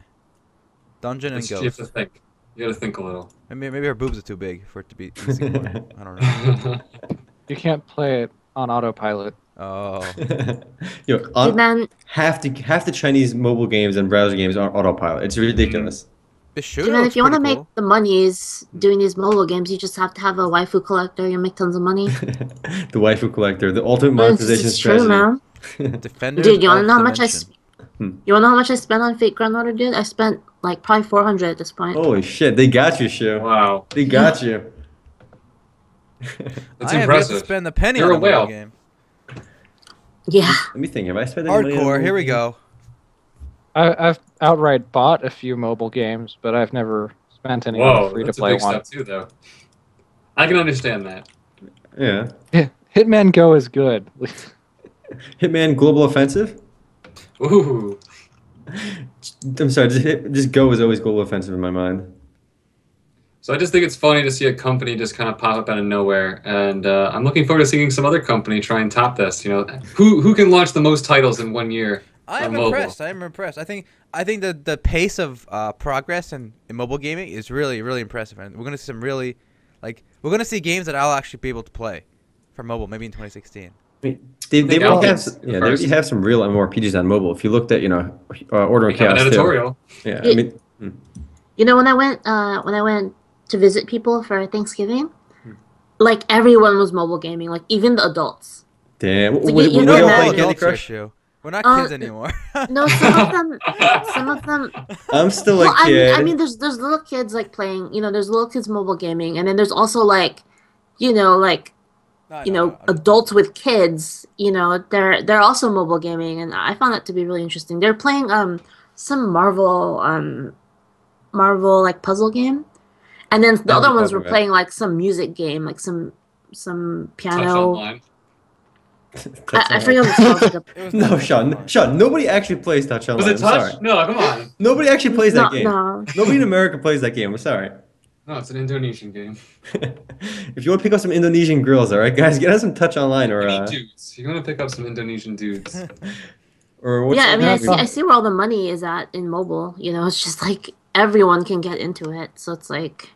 Dungeon and
It's- you have to
Ghost.
think. You got to think a little.
Maybe, maybe her boobs are too big for it to be. Easy-core. I don't know.
You can't play it on autopilot.
Oh,
Yo,
And
on,
then
half the half the Chinese mobile games and browser games are autopilot. It's ridiculous.
the
And
shooter.
then
Looks
if you want to
pretty
make
cool.
the monies doing these mobile games, you just have to have a waifu collector. You make tons of money.
the waifu collector, the ultimate
Well, it's-
monetization
it's true,
strategy.
man.
Defenders
Dude, you wanna
of
know how much I?
Dimension.
Sp- you wanna know how much I spent on Fate Grand Order, dude? I spent like probably four hundred at this point.
Holy shit, they got you, Shu.
wow,
They got you.
that's
I have yet to
impressive.
spend a penny
You're
on
a
a mobile
whale.
game.
Yeah,
Let me think. Have I spent any money on a
Hardcore.
mobile
Here we
game?
go.
I, I've outright bought a few mobile games, but I've never spent any on
Whoa,
a free to
that's a
play
big step
one.
too, though. I can understand that.
Yeah.
Hitman Go is good.
Hitman Global Offensive.
Ooh,
I'm sorry. Just, hit, just go is always Global Offensive in my mind.
So I just think it's funny to see a company just kind of pop up out of nowhere, and uh, I'm looking forward to seeing some other company try and top this. You know, who who can launch the most titles in one year?
I
on
am
mobile?
impressed. I am impressed. I think I think the the pace of uh, progress in, in mobile gaming is really really impressive, and we're gonna see some really like we're gonna see games that I'll actually be able to play for mobile maybe in 2016.
I mean, they, they,
think
already have,
Outland's
s- yeah, they already
first.
have some real MMORPGs on mobile. If you looked at, you know, uh, Order
We
of
have an
Chaos too.
editorial.
Yeah, I
It-
mean,
you know when I went uh, when I went to visit people for Thanksgiving, like everyone was mobile gaming, like even the adults.
Damn.
So
W-
you-
w-
you
we
know
don't
that-
play
Like
Candy Crush.
issue. We're not
Uh,
kids anymore.
No, some of them, some of them.
I'm still
Well,
a
I mean,
kid.
I mean, there's there's little kids like playing. You know, there's little kids mobile gaming, and then there's also like, you know, like
No,
you
no,
know,
no, no.
adults with kids. You know, they're they're also mobile gaming, and I found that to be really interesting. They're playing um some Marvel um Marvel like puzzle game, and then the
That was
other
a
ones were
puzzle game.
playing like some music game, like some some
Touch
piano.
online.
I, I forget what it's called. like a-
It was
No,
not-
Sean. Sean, nobody actually plays Touch Online.
Was it
I'm
touch?
sorry.
No, come on.
Nobody actually plays
no,
that game.
no.
Nobody in America plays that game. I'm sorry.
No, it's an Indonesian game.
if you want to pick up some Indonesian girls, all right, guys, get us some Touch Online or
You
uh,
need dudes. You're gonna pick up some Indonesian dudes.
or what's
yeah, I
that
mean, I
movie?
see, I see where all the money is at in mobile. You know, it's just like everyone can get into it, so it's like,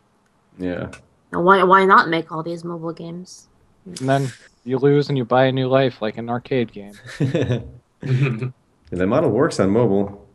Yeah.
why why not make all these mobile games?
And then you lose and you buy a new life like an arcade game.
Yeah, that model works on mobile.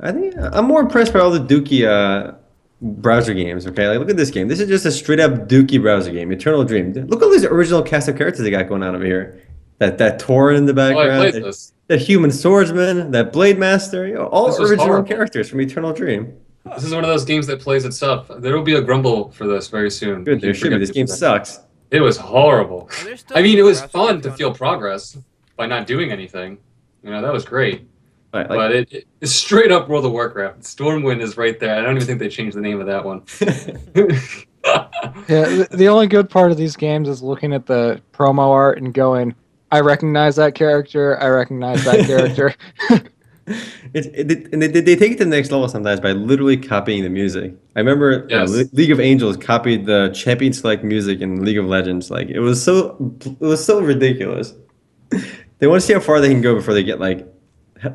I think I'm more impressed by all the Dookie uh, browser games. Okay, like look at this game. This is just a straight up Dookie browser game. Eternal Dream. Look at all these original cast of characters they got going on over here. That that Torin in the
well, Oh, I
background.
played
that,
this.
that Human Swordsman. That Blade Master. you know, all
This was
original
horrible.
characters from Eternal Dream.
This is one of those games that plays itself. There will be a grumble for this very soon.
Good. There
You
should be.
forget
This
to
game
do that.
sucks.
It was horrible.
Are there still
I mean, it was
browsers
fun
if
to
you
feel
wanna-
progress by not doing anything. You know, that was great.
All right,
but
like,
it, it- it's straight up World of Warcraft. Stormwind is right there. I don't even think they changed the name of that one.
Yeah, th- the only good part of these games is looking at the promo art and going, I recognize that character, I recognize that character.
It's it, it- and they, they take it to the next level sometimes by literally copying the music. I remember uh,
Yes.
Le- League of Angels copied the Champion Select music in League of Legends. Like it was so it was so ridiculous. they want to see how far they can go before they get like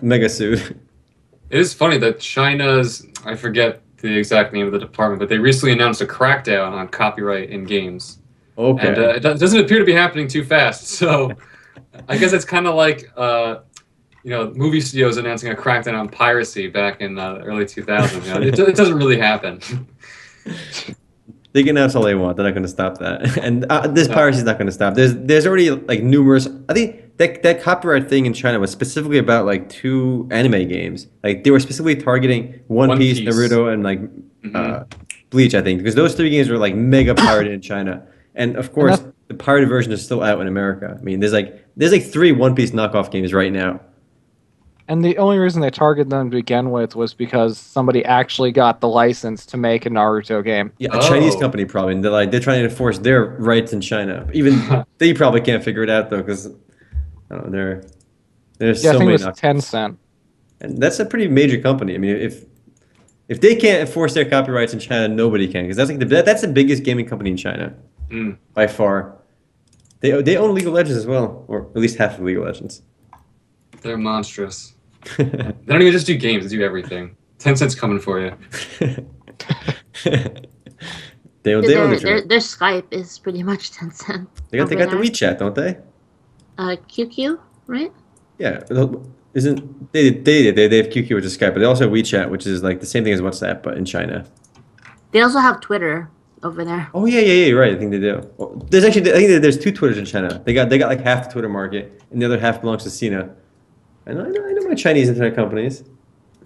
mega sued.
It is funny that China's, I forget the exact name of the department, but they recently announced a crackdown on copyright in games.
okay.
And uh, it do- doesn't appear to be happening too fast. So I guess it's kind of like, uh, you know, movie studios announcing a crackdown on piracy back in uh, the early 2000s. You know, it, do- it doesn't really happen.
they can announce all they want. They're not going to stop that. And uh, this piracy is not going to stop. There's there's already like numerous. I think that that copyright thing in China was specifically about like two anime games. Like they were specifically targeting One,
One
Piece,
Piece. Mm-hmm.
Naruto, and like uh, Bleach. I think because those three games were like mega pirated in China. And of course,
that's-
the pirated version is still out in America. I mean, there's like there's like three One Piece knockoff games right now.
and the only reason they targeted them to begin with was because somebody actually got the license to make a Naruto game.
Yeah, a Chinese
Oh.
company probably. And they're like they're trying to enforce their rights in China. But Even they probably can't figure it out though, because I don't know, they're there's
Yeah,
so
I think
many.
it was
knock-
Tencent.
and that's a pretty major company. I mean, if if they can't enforce their copyrights in China, nobody can, because that's like the that, that's the biggest gaming company in China
Mm.
by far. They they own League of Legends as well, or at least half of League of Legends.
They're monstrous. They don't even just do games, they do everything. Tencent's coming for you.
they they own
Their,
the
their,
they,
their Skype is pretty much Tencent.
they got they got the
over
WeChat, don't they?
Uh, QQ, right?
Yeah, the- isn't they they they they have QQ which is Skype, but they also have WeChat, which is like the same thing as WhatsApp, but in China.
They also have Twitter over there.
Oh yeah, yeah, yeah. You're right. I think they do. Well, There's actually I think that there's two Twitters in China. They got they got like half the Twitter market, and the other half belongs to Sina. I know, I know, I know my Chinese internet companies.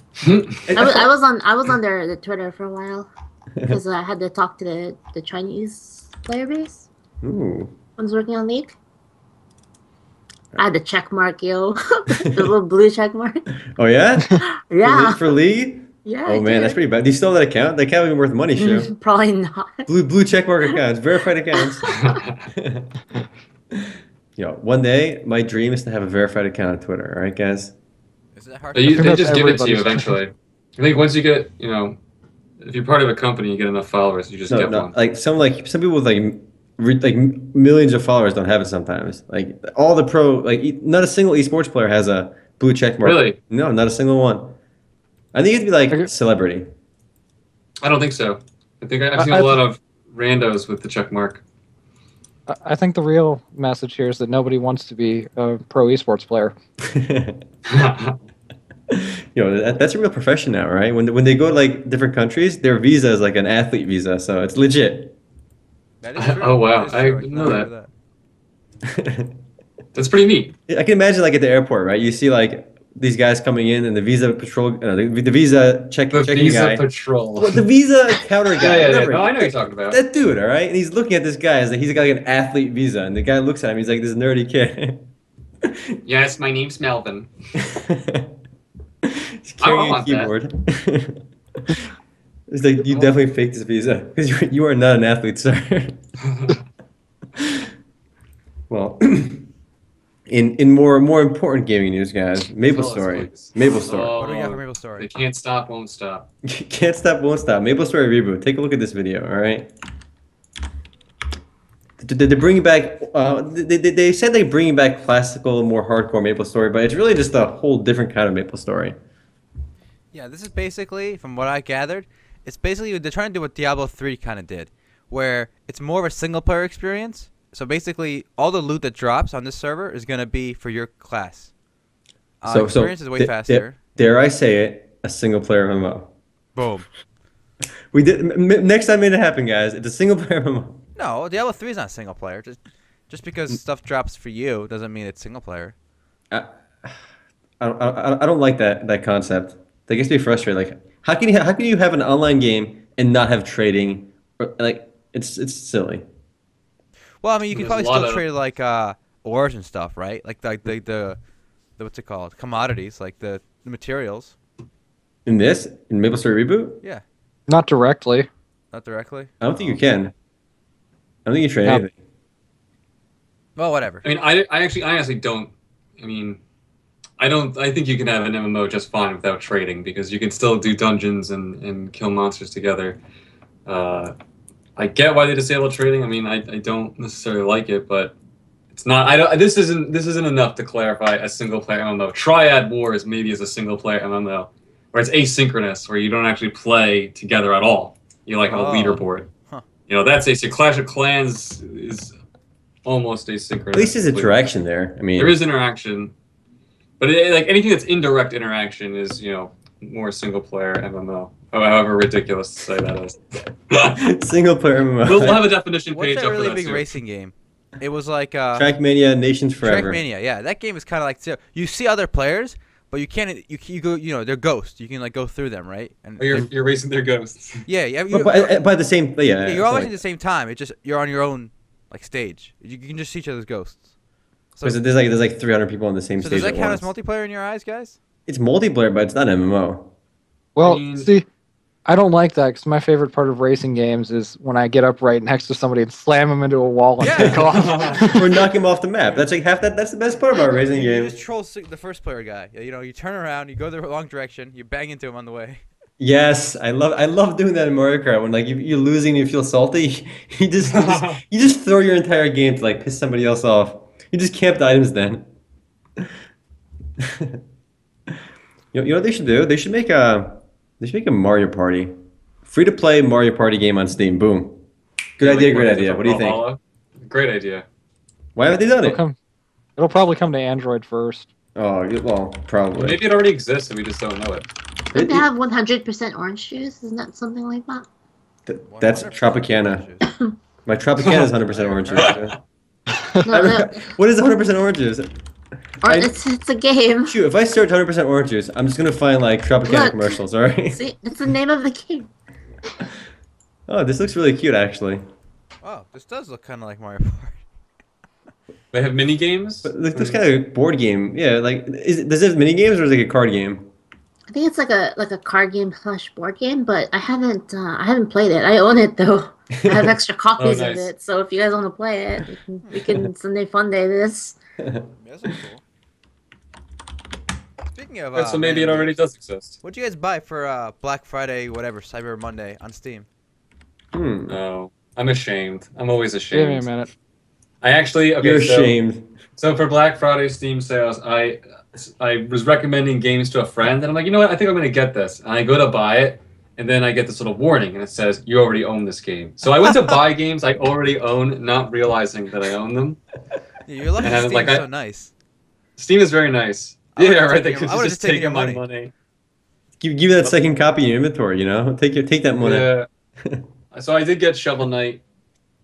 And-
I was, I was on I was on their the Twitter for a while because I had to talk to the, the Chinese player base.
Ooh.
I was working on League. I had the check mark, yo, the little blue check mark.
Oh yeah. For Lee-
Yeah,
For Lee.
yeah. I
Oh man, that's
did.
pretty bad. Do you still have that account? That account even worth money, sure.
Mm, Probably not.
blue blue checkmark accounts, verified accounts. Yo, one day my dream is to have a verified account on Twitter. All right, guys.
Is that hard?
They,
to
u-
Pretty
they
much
just give it to you
everybody's-
eventually. I think once you get, you know, if you're part of a company, you get enough followers, you just
No,
get
no,
one.
like some like some people with like m- re, like m- millions of followers don't have it sometimes. Like all the pro like e- not a single esports player has a blue check mark.
Really?
No, not a single one. I think it'd be like
Okay.
celebrity.
I don't think so. I think I- I've
I-
seen a
I-
lot of randos with the check mark.
I- I think the real message here is that nobody wants to be a pro esports player.
You know that, that's a real profession now, right? When when they go to like different countries, their visa is like an athlete visa, so it's legit.
That is true.
Oh, wow.
That is
I
true.
didn't
can
know
remember
that. That's pretty neat.
I can imagine like at the airport, right? You see like these guys coming in and the visa patrol, uh, the, the visa check
The
checking
Visa
guy,
Patrol.
Well, the visa counter
yeah,
guy,
yeah, yeah.
whatever.
No, I know what you're talking about.
That dude, all right, and he's looking at this guy as like he's got like an athlete visa, and the guy looks at him, he's like this nerdy kid.
Yes, my name's Melvin.
he's
I don't
carrying a
want that.
keyboard. it's like you definitely faked this visa because you, you are not an athlete, sir. well, in in more more important gaming news, guys, Maple
Tell us,
Story,
please.
Maple Story.
What do we got for
Oh,
Maple
They
Story?
can't stop, won't stop.
Can't stop, won't stop. Maple Story reboot. Take a look at this video. All right. Th- th- They're bringing back. Uh, they, they- they said they're bringing back classical, more hardcore Maple Story, but it's really just a whole different kind of Maple Story.
Yeah, this is basically, from what I gathered, it's basically they're trying to do what Diablo 3 kind of did, where it's more of a single player experience. So basically, all the loot that drops on this server is going to be for your class. Uh, experience is way
da- da-
faster.
Dare I say it? A single player MMO.
Boom.
We did. M- m- next time, made it happen, guys. It's a single player MMO.
No, Diablo 3 is not single player. Just just
Mm.
because stuff drops for you doesn't mean it's single player.
I, I, don't- I, don't- I don't like that that concept. That gets me frustrated. Like, how can you how can you have an online game and not have trading? Or, Like, it's it's silly.
Well, I mean, you can
There's
probably
a
still
lot of-
trade like uh, ores and stuff, right? Like the, the, the, the what's it called? Commodities, like the, the materials.
In this, in Maple Story Reboot,
Yeah,
Not directly.
not directly.
I don't think you can. I don't think you trade
No.
anything.
Well, whatever.
I mean, I, I actually, I honestly don't. I mean, I don't. I think you can have an MMO just fine without trading because you can still do dungeons and, and kill monsters together. Uh, I get why they disable trading. I mean, I, I don't necessarily like it, but it's not. I don't. This isn't. This isn't enough to clarify a single player MMO. Triad Wars maybe is a single player MMO, where it's asynchronous, where you don't actually play together at all. You like have
Oh.
a leaderboard.
Huh.
You know that's asynchronous. Clash of Clans is almost asynchronous.
At least there's
completely.
interaction there. I mean,
There is interaction, but it, like anything that's indirect interaction is you know more single player MMO. Oh, however ridiculous to say that is.
single player MMO.
we'll, we'll have a definition
What's
page
that
up
really
for that
big
soon.
racing game? It was like uh,
Trackmania, Nations Forever.
Trackmania. Yeah, that game is kind of like so you see other players, but you can't. You, you go. You know, they're ghosts. You can like go through them, right? And
Oh, you're,
like-
you're racing their ghosts.
yeah, yeah. You,
But
are
by, by the same, yeah.
yeah,
it's
you're all
like-
watching at the same time. It's just you're on your own like stage. You, you can just see each other's ghosts. So,
there's like there's like 300 people on the same
so
stage
does that
at
count
once.
as multiplayer in your eyes, guys?
it's multiplayer, but it's not MMO.
Well,
mean-
see, I don't like that because my favorite part of racing games is when I get up right next to somebody and slam them into a wall and
Yeah.
take off.
or knock him off the map. That's like half that. That's the best part about racing
You- You
games.
just troll si- the first player guy. You know, you turn around, you go the wrong direction, you bang into him on the way.
Yes, I love I love doing that in Mario Kart when like you, you're losing and you feel salty. You just, you just you just throw your entire game to like piss somebody else off. You just camped items then. you, know, you know what they should do? They should make a they should make a Mario Party, free to play Mario Party game on Steam. Boom, good idea, great idea. What do you think?
Valhalla? Great idea.
Why haven't they done
it'll,
it?
come, it'll probably come to Android first.
Oh, you- well, probably.
Maybe it already exists and we just don't know it.
Don't they
It-
have 100% orange juice? Isn't that something like that?
th- that's
100%
Tropicana.
oranges.
My Tropicana is 100% orange juice.
No, no,
what is 100% orange juice?
or
I-
it's, it's a game.
Shoot, if I search 100% orange juice, I'm just gonna find like Tropicana
Look.
commercials, alright?
See, it's the name of the game.
Oh, this looks really cute actually.
oh, this does look kind of like Mario Party.
They have mini games. Mm.
But look, this kind of board game, yeah. Like, is it, does it have mini games or is it like a card game?
I think it's like a like a card game slash board game, but I haven't uh, I haven't played it. I own it though. I have extra copies
nice.
of it, so if you guys want to play it, we can, we can Sunday fun day this.
Yeah, That's looks cool. Speaking of, uh,
Alright, so maybe it
random
already
games,
does exist.
What'd you guys buy for uh, Black Friday, whatever, Cyber Monday on Steam?
Hmm.
No, I'm ashamed. I'm always
Give me a
ashamed.
minute.
I actually okay.
You're
so-
ashamed.
So for Black Friday Steam sales, I I was recommending games to a friend, and I'm like, you know what? I think I'm gonna get this, and I go to buy it, and then I get this little warning, and it says you already own this game. So I went to buy games I already own, not realizing that I own them.
Yeah, you're lucky
And I was
Steam's
like, I-
so nice.
Steam is very nice.
I would've
yeah, right.
taken
They
your-
could
I would've just
just
taken your
taken my
money.
money.
Give, give
Oh.
that second copy in your inventory. You know, take your take that money.
Yeah. so I did get Shovel Knight.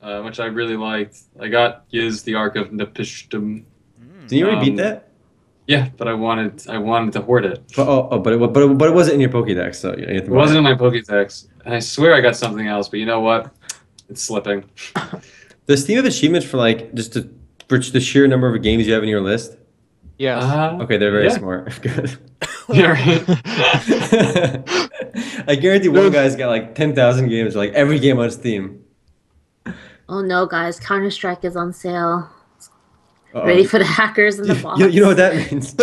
uh, which I really liked. I got Yiz the Ark of Nepishtim.
Mm.
Did you already
Um,
beat that?
Yeah, but I wanted I wanted to hoard it.
But, oh, oh, but it, wa- but it, but it wasn't in your Pokédex, so you know, you have
It
to
wasn't in my Pokédex, and I swear I got something else. But you know what? It's slipping.
The Steam of achievements for like just the for the sheer number of games you have in your list.
Yes.
Uh-huh.
Uh,
Okay, they're very
Yeah.
smart. Good.
yeah, right.
I guarantee one guy's got like ten thousand games, like every game on Steam.
Oh no, guys! Counter Strike is on sale.
Uh-oh.
Ready for the hackers and the bots.
Oh. you, you know what that means?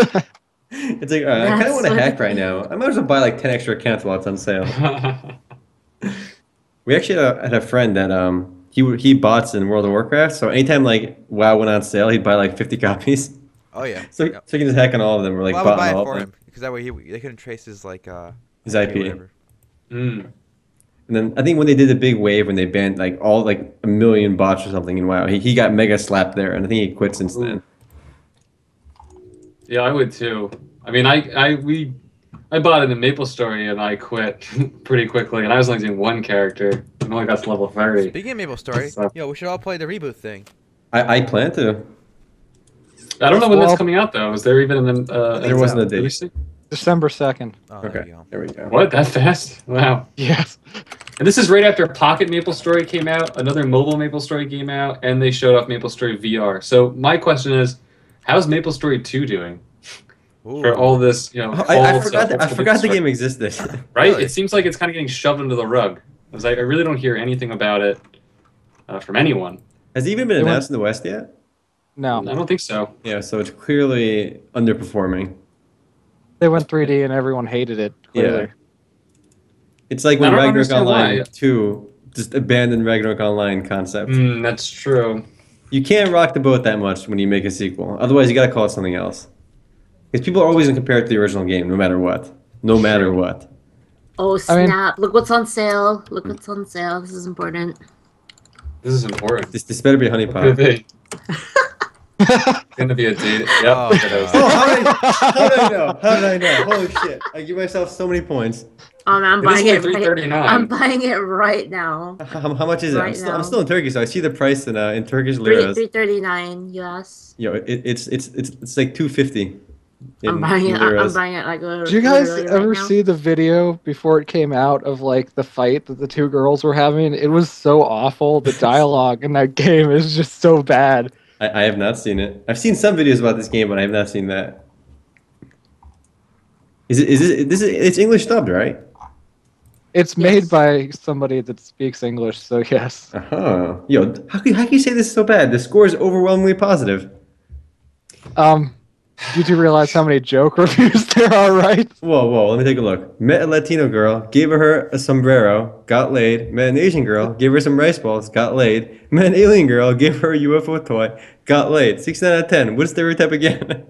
it's like, all right, I kind
That's
of want to
what
hack
it
right now. I might as well buy like ten extra accounts while it's on sale. We actually uh, had a friend that um he w- he bots in World of Warcraft, so anytime like WoW went on sale, he'd buy like fifty copies.
Oh yeah.
So,
yeah.
so he can just hack on all of them or like
well, I would
bot
buy
on
it
all of
for
them.
him because that way he, they couldn't trace his like uh
His IP.
whatever.
Mm.
And then I think when they did the big wave when they banned like all like a million bots or something and wow, he, he got mega slapped there and I think he quit since then.
Yeah, I would too. I mean, I, I, we, I bought it in Maple Story and I quit pretty quickly, and I was only doing one character. I only got to level thirty.
Speaking of Maple Story,
So-
yo, we should all play the reboot thing.
I, I plan to.
I don't know when
Well-
that's coming out though. Is there even an? Uh,
There
an
wasn't
a
exact
date.
release date?
December 2nd.
Oh, there
Okay.
you go.
There we go.
What that fast? Wow!
Yes.
And this is right after Pocket Maple Story came out, another mobile Maple Story came out, and they showed off Maple Story VR. So my question is, how's Maple Story Two doing for
Ooh.
all this? You know,
Oh, I, I
old stuff
forgot that, I
that's
forgot the
Maple Story?
game existed.
Right?
Really?
It seems like it's kind of getting shoved under the rug. Because I, I really don't hear anything about it uh, from anyone.
Has it even been
It went-
announced in the West yet?
No.
I don't think so.
Yeah, so it's clearly underperforming.
They went 3D and everyone hated it. Clearly.
Yeah. It's like when
I don't
Ragnarok
understand
Online
why.
2 just abandoned Ragnarok Online concept.
Mm, that's true.
You can't rock the boat that much when you make a sequel. Otherwise, you gotta call it something else. Because people are always gonna compare it to the original game, no matter what. No matter what.
Oh
I mean-
snap! Look what's on sale! Look what's on sale! This is important.
This is important.
This, this better be a honey pot.
Could be. Gonna be a date. Yep.
Oh,
it is.
God.
Oh, how did, I, how did I know? How did I know? Holy shit! I give myself so many points.
Oh no, I'm
It is
buying
only
it. Right,
339.
I'm buying it right now.
How, how much is it? I'm,
Right
still,
now.
I'm still in Turkey, so I see the price in uh, in Turkish
Three
liras.
three thirty nine US.
Yo, it, it's it's it's it's like two fifty.
I'm buying it. I- I'm buying it like.
Did you guys
literally right
ever
now.
see the video before it came out of like the fight that the two girls were having? It was so awful. The dialogue in that game is just so bad.
I, I have not seen it. I've seen some videos about this game, but I have not seen that. Is it is it this is it's English dubbed, right?
It's
Yes.
made by somebody that speaks English, so yes.
Uh huh. Yo, how can how can you say this is so bad? The score is overwhelmingly positive.
Um, you do realize how many joke reviews there are, right?
Whoa, whoa, let me take a look. Met a Latino girl, gave her a sombrero, got laid. Met an Asian girl, gave her some rice balls, got laid. Met an alien girl, gave her a UFO toy, got laid. Six out of ten. What a stereotype again.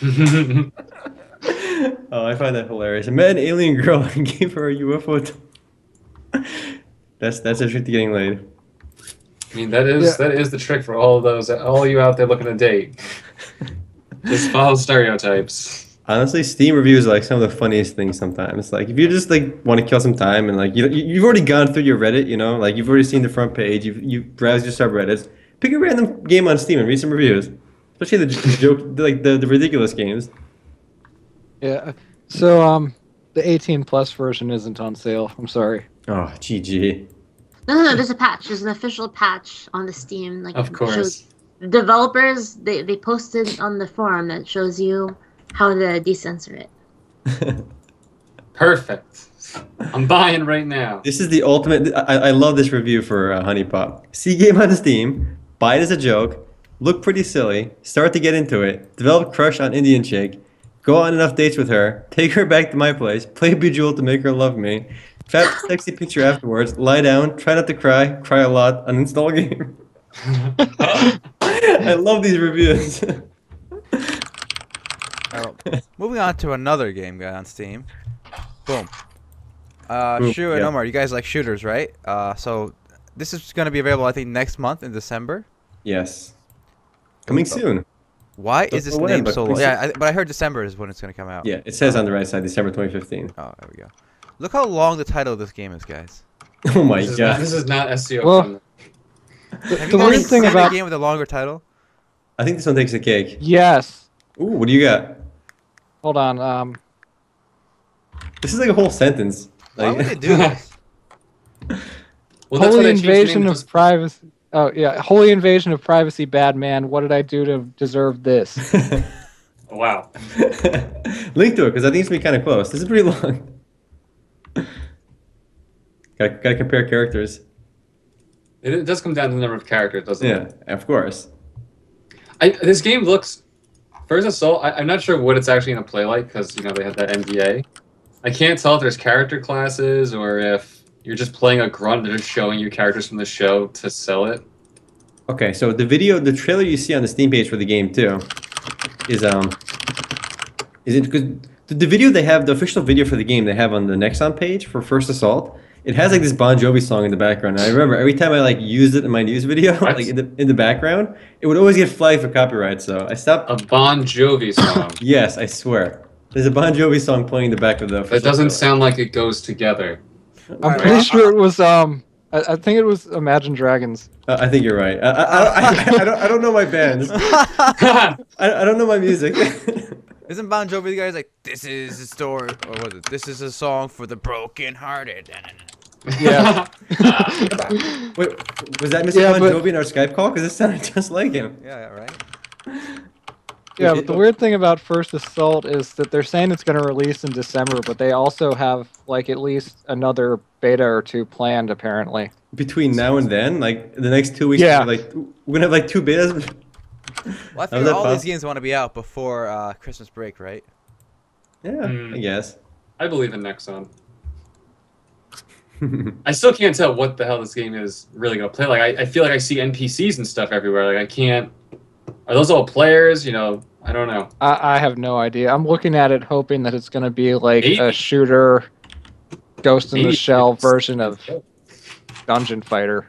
oh, I find that hilarious. Met an alien girl and gave her a UFO toy. that's that's a trick to getting laid.
I mean, that is
Yeah.
that is the trick for all those all you out there looking to date. Just follow stereotypes.
Honestly, Steam reviews are like some of the funniest things sometimes. Like if you just like want to kill some time and like you you- you've already gone through your Reddit, you know, like you've already seen the front page, you've you browsed your subreddits, pick a random game on Steam and read some reviews, especially the, the joke, the, like the, the ridiculous games.
Yeah. So um, the 18 plus version isn't on sale. I'm sorry.
Oh, GG.
No, no, no. There's a patch. There's an official patch on the Steam. Like
Of
it
course.
shows- developers they they posted on the forum that shows you how to decensor it.
Perfect. I'm buying right now.
This is the ultimate. I, I love this review for uh, Honey Pop. See game on Steam, buy it as a joke, look pretty silly, start to get into it, develop crush on Indian chick, go on enough dates with her, take her back to my place, play Bejeweled to make her love me, fat sexy picture afterwards, lie down, try not to cry, cry a lot, uninstall game. I love these reviews.
Oh, moving on to another game guy on Steam. Boom. Uh,
Boom,
Shu and
yeah.
Omar, you guys like shooters, right? Uh, so this is going to be available, I think, next month in December.
yes. Coming soon.
Why
Don't
is this
know when,
name
but
so long?
please-
Yeah, I, but I heard December is when it's going to come out.
Yeah, it says on the right side, December 2015.
Oh, there we go. Look how long the title of this game is, guys.
Oh my
This is, not,
god.
this is not SEO
Well-
friendly.
Have
the
you guys
weird thing
seen
about-
a game with a longer title?
I think this one takes the cake.
Yes.
Ooh, what do you got?
Hold on. Um,
This is like a whole sentence.
Why would they
Like,
do this?
Well, that's why
holy
they changed the
invasion
name
of
to-
privacy. Oh yeah, holy invasion of privacy, bad man. What did I do to deserve this?
Oh,
Wow.
link to it because I think it's gonna be kind of close. This is pretty long. gotta, gotta compare characters.
It, it does come down to the number of characters, doesn't it?
Yeah, of course.
I, this game looks. First assault. I, I'm not sure what it's actually going to play like because you know they have that NDA. I can't tell if there's character classes or if you're just playing a grunt. They're just showing you characters from the show to sell it.
Okay, so the video, the trailer you see on the Steam page for the game too, is um, is it because the, the video they have, the official video for the game they have on the Nexon page for First Assault, it has like this Bon Jovi song in the background. And I remember every time I like used it in my news video,
What?
like in the in the background, it would always get flagged for copyright. So I stopped.
A Bon Jovi song.
yes, I swear, there's a Bon Jovi song playing in the back of the.
that
official
doesn't
trailer.
sound like it goes together.
I'm
Alright,
pretty
I-
sure it was. Um, I, I think it was Imagine Dragons.
Uh, I think you're right. I, I, I, I, I don't I don't know my bands. I, I don't know my music.
Isn't Bon Jovi the guy who's like, this is a story, or was it, this is a song for the broken hearted?
Yeah.
Wait, was that Mr.
Yeah,
Bon
but-
Jovi in our Skype call? Because it sounded just like him.
Yeah, yeah, right?
Yeah, but the weird thing about First Assault is that they're saying it's going to release in December, but they also have like at least another beta or two planned apparently.
Between now and then, like the next two weeks,
Yeah.
we're like we're gonna have like two betas.
Well, I
How's
figure
that
all
possible?
these games want to be out before uh, Christmas break, right?
Yeah,
Hmm.
I guess.
I believe in Nexon. I still can't tell what the hell this game is really gonna play. Like I, I feel like I see NPCs and stuff everywhere. Like I can't. Are those all players? You know, I don't know.
I, I have no idea. I'm looking at it hoping that it's going to be like a
Maybe.
shooter, Ghost in the
Maybe.
Shell version of Dungeon Fighter.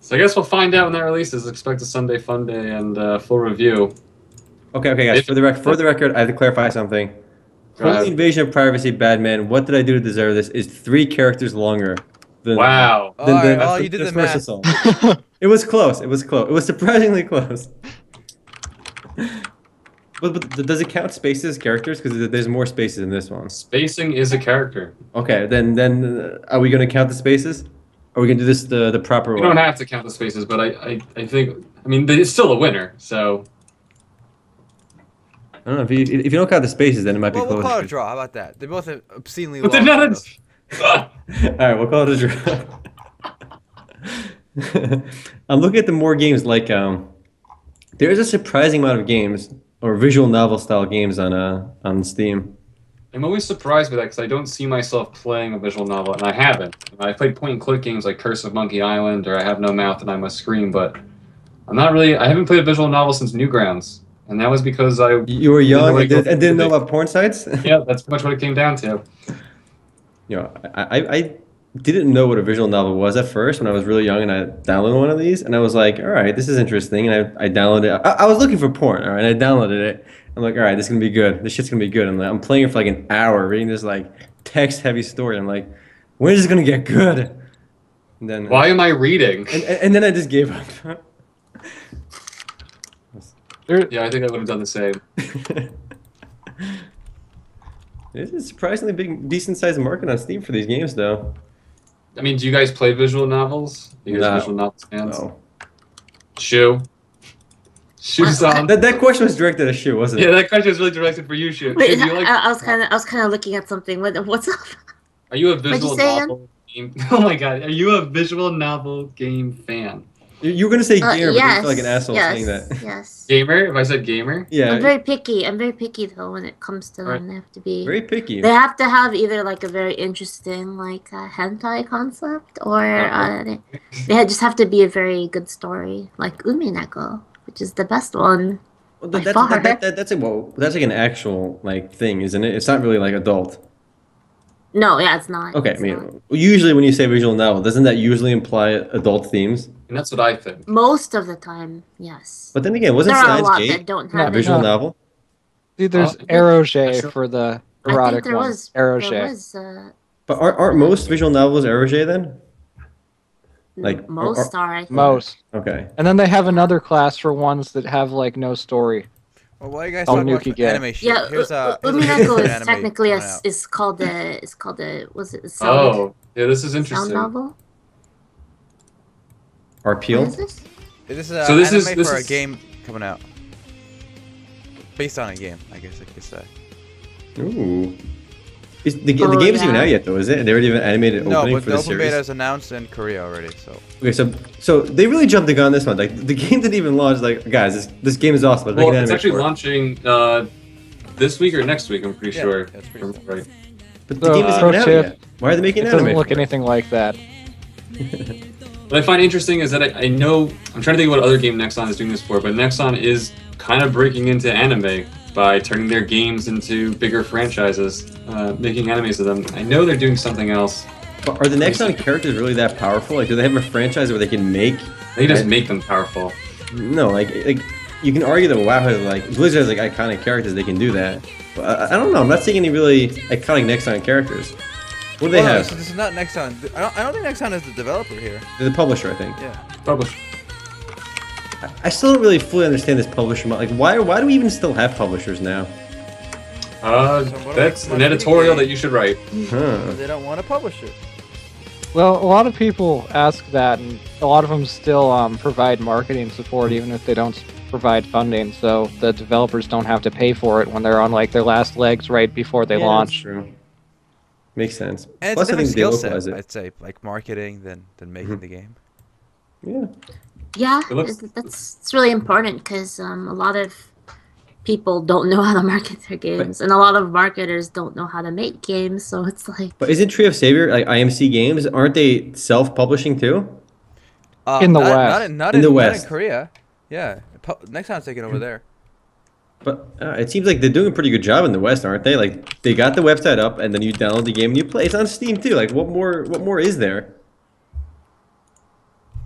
So I guess we'll find out when that releases. Expect a Sunday fun day and uh, full review.
okay, okay, guys. For the rec- for the record, I have to clarify something.
Uh,
Holy invasion of privacy, bad man. What did I do to deserve this? Is three characters longer. Than,
wow.
Than,
Alright,
than,
well, you did
than
the
First
math.
Assault. It was close. It was close. It was surprisingly close. but, but th- does it count spaces, characters? Because there's more spaces in this one.
Spacing is a character.
Okay, then then uh, are we gonna count the spaces? Are we gonna do this the the proper
We
way?
don't have to count the spaces, but I, I, I think I mean it's still a winner. So
I don't know if you if you don't count the spaces, then it might
Well,
be
we'll call it a
close.
draw. How about that? They're both obscenely
but they're
long.
not.
titles.
A,
All right, we'll call it a draw. I'm looking at the more games like um, there's a surprising amount of games or visual novel style games on uh on Steam.
I'm always surprised by that because I don't see myself playing a visual novel, and I haven't. I played point and click games like Curse of Monkey Island or I Have No Mouth and I Must Scream, but I'm not really. I haven't played a visual novel since Newgrounds, and that was because I.
You were young
know,
and,
like,
did, and didn't know
they-
about porn sites.
Yeah, that's pretty much what it came down to.
you know, I, I, I didn't know what a visual novel was at first when I was really young and I downloaded one of these and I was like, all right, this is interesting. And I, I downloaded it. I, I was looking for porn, all right, and I downloaded it. I'm like, all right, this is going to be good. This shit's going to be good. I'm, like, I'm playing it for like an hour, reading this like text heavy story. I'm like, when is this going to get good? And then,
Why am I reading?
and, and, and then I just gave up.
There,
Yeah, I think I would have done the same.
This is surprisingly big, decent sized market on Steam for these games, though.
I mean, do you guys play visual novels? You guys
No.
visual novels fans?
No.
Shoe. Shoes on.
That, that question was directed at Shu, wasn't it?
yeah, that question was really directed for you, Shoe.
Wait,
Shoe, do you like-
I, I was kind of, I was kind of looking at something. What, what's up?
Are you a visual
say, Ann?
novel game? Oh my god, are you a visual novel game fan?
You, you were gonna say
Uh,
gamer, but you feel like an asshole
yes,
saying that.
Yes.
Gamer? If I said gamer?
Yeah,
I'm very picky. I'm very picky though when it comes to
Right.
them. They have to be.
very picky.
They have to have either like a very interesting like uh, hentai concept, or
Uh-huh.
uh, they, they had- just have to be a very good story, like Umineko, which is the best one.
Well,
by
that, that's, that,
far.
that, that, that's a well, that's like an actual like thing, isn't it? It's not really like adult.
No, yeah, it's not.
Okay, I
it's not.
mean, usually when you say visual novel, doesn't that usually imply adult themes?
And that's what I think.
most of the time, yes.
But then again, wasn't
There are a
Steins
lot that
Gate
don't
Yeah,
have
a
it.
visual
No.
novel?
see, there's
Uh,
Eroge
sure.
for the
I
erotic
think there
one.
was.
Eroge.
There was. Uh,
But aren't, aren't most visual novels eroge then? Like or-
Most
or-
are. I think.
Most.
Okay.
And then they have another class for ones that have like no story.
Well, why are you guys
Oh,
talking about
Nuki Gay.
anime shit?
Yeah,
here's a, here's a
Umineko
recent
is
anime
technically a,
coming out.
is called the is called the was it the sound,
Oh, yeah, this is
sound
interesting.
novel?
Or
What
peel?
is this?
This is a
So this
anime
is- this
for
is-
a game coming out. Based on a game, I guess I could say.
Ooh. Is, the, ga- the
Oh,
game isn't even
yeah.
out yet, though, is it? And they already have an animated
No,
opening
but
for
the
the
open
series.
beta is announced in Korea already, so
Okay, so so they really jumped the gun on this one. Like the game didn't even launch. Like guys, this this game is awesome. Let's make
Well,
an
it's
anime
actually
for it.
launching uh, this week or next week. I'm pretty
Yeah,
sure.
yeah, it's pretty
Remember right.
But the
So,
game isn't
pro
even out
tip,
yet. Why are they making an
It
anime?
doesn't look
for it?
anything like that.
What I find interesting is that I, I know I'm trying to think what other game Nexon is doing this for, but Nexon is kind of breaking into anime by turning their games into bigger franchises, uh, making animes of them. I know they're doing something else.
But Are the Nexon characters really that powerful? Like, do they have a franchise where they can make?
They just
Right.
make them powerful.
No, like like you can argue that WoW has like Blizzard has like iconic characters. They can do that. But I, I don't know. I'm not seeing any really iconic Nexon characters. What do they
Oh, no,
have?
This, this is not Nexon. Th- I don't, I don't think Nexon is the developer here.
They're the publisher, I think.
Yeah.
Publish.
I, I still don't really fully understand this publisher. mo- Like, why why do we even still have publishers now?
Uh,
So what do
that's
we-
an editorial that you should write.
Huh.
They don't want to publish it.
Well, a lot of people ask that, and a lot of them still um, provide marketing support, even if they don't s- provide funding. So the developers don't have to pay for it when they're on like their last legs right before they
Yeah, that's
launch.
true. Makes sense.
And it's
Plus,
a
I
different
think they
skill set,
localize it. Mm-hmm.
I'd say, like marketing than than making the game.
Yeah.
Yeah,
It looks-
it's- that's it's really important because um, a lot of people don't know how to market their games, and a lot of marketers don't know how to make games. So it's like
But isn't Tree of Savior like IMC Games? Aren't they self-publishing too?
Uh,
In the
not, Not
West.
in, not
In
in,
the
not
West. Mm.
in Korea. Yeah. Pu- Nexon's taking over there.
But uh, it seems like they're doing a pretty good job in the West, aren't they? Like they got the website up, and then you download the game and you play. It's on Steam too. Like what more? What more is there?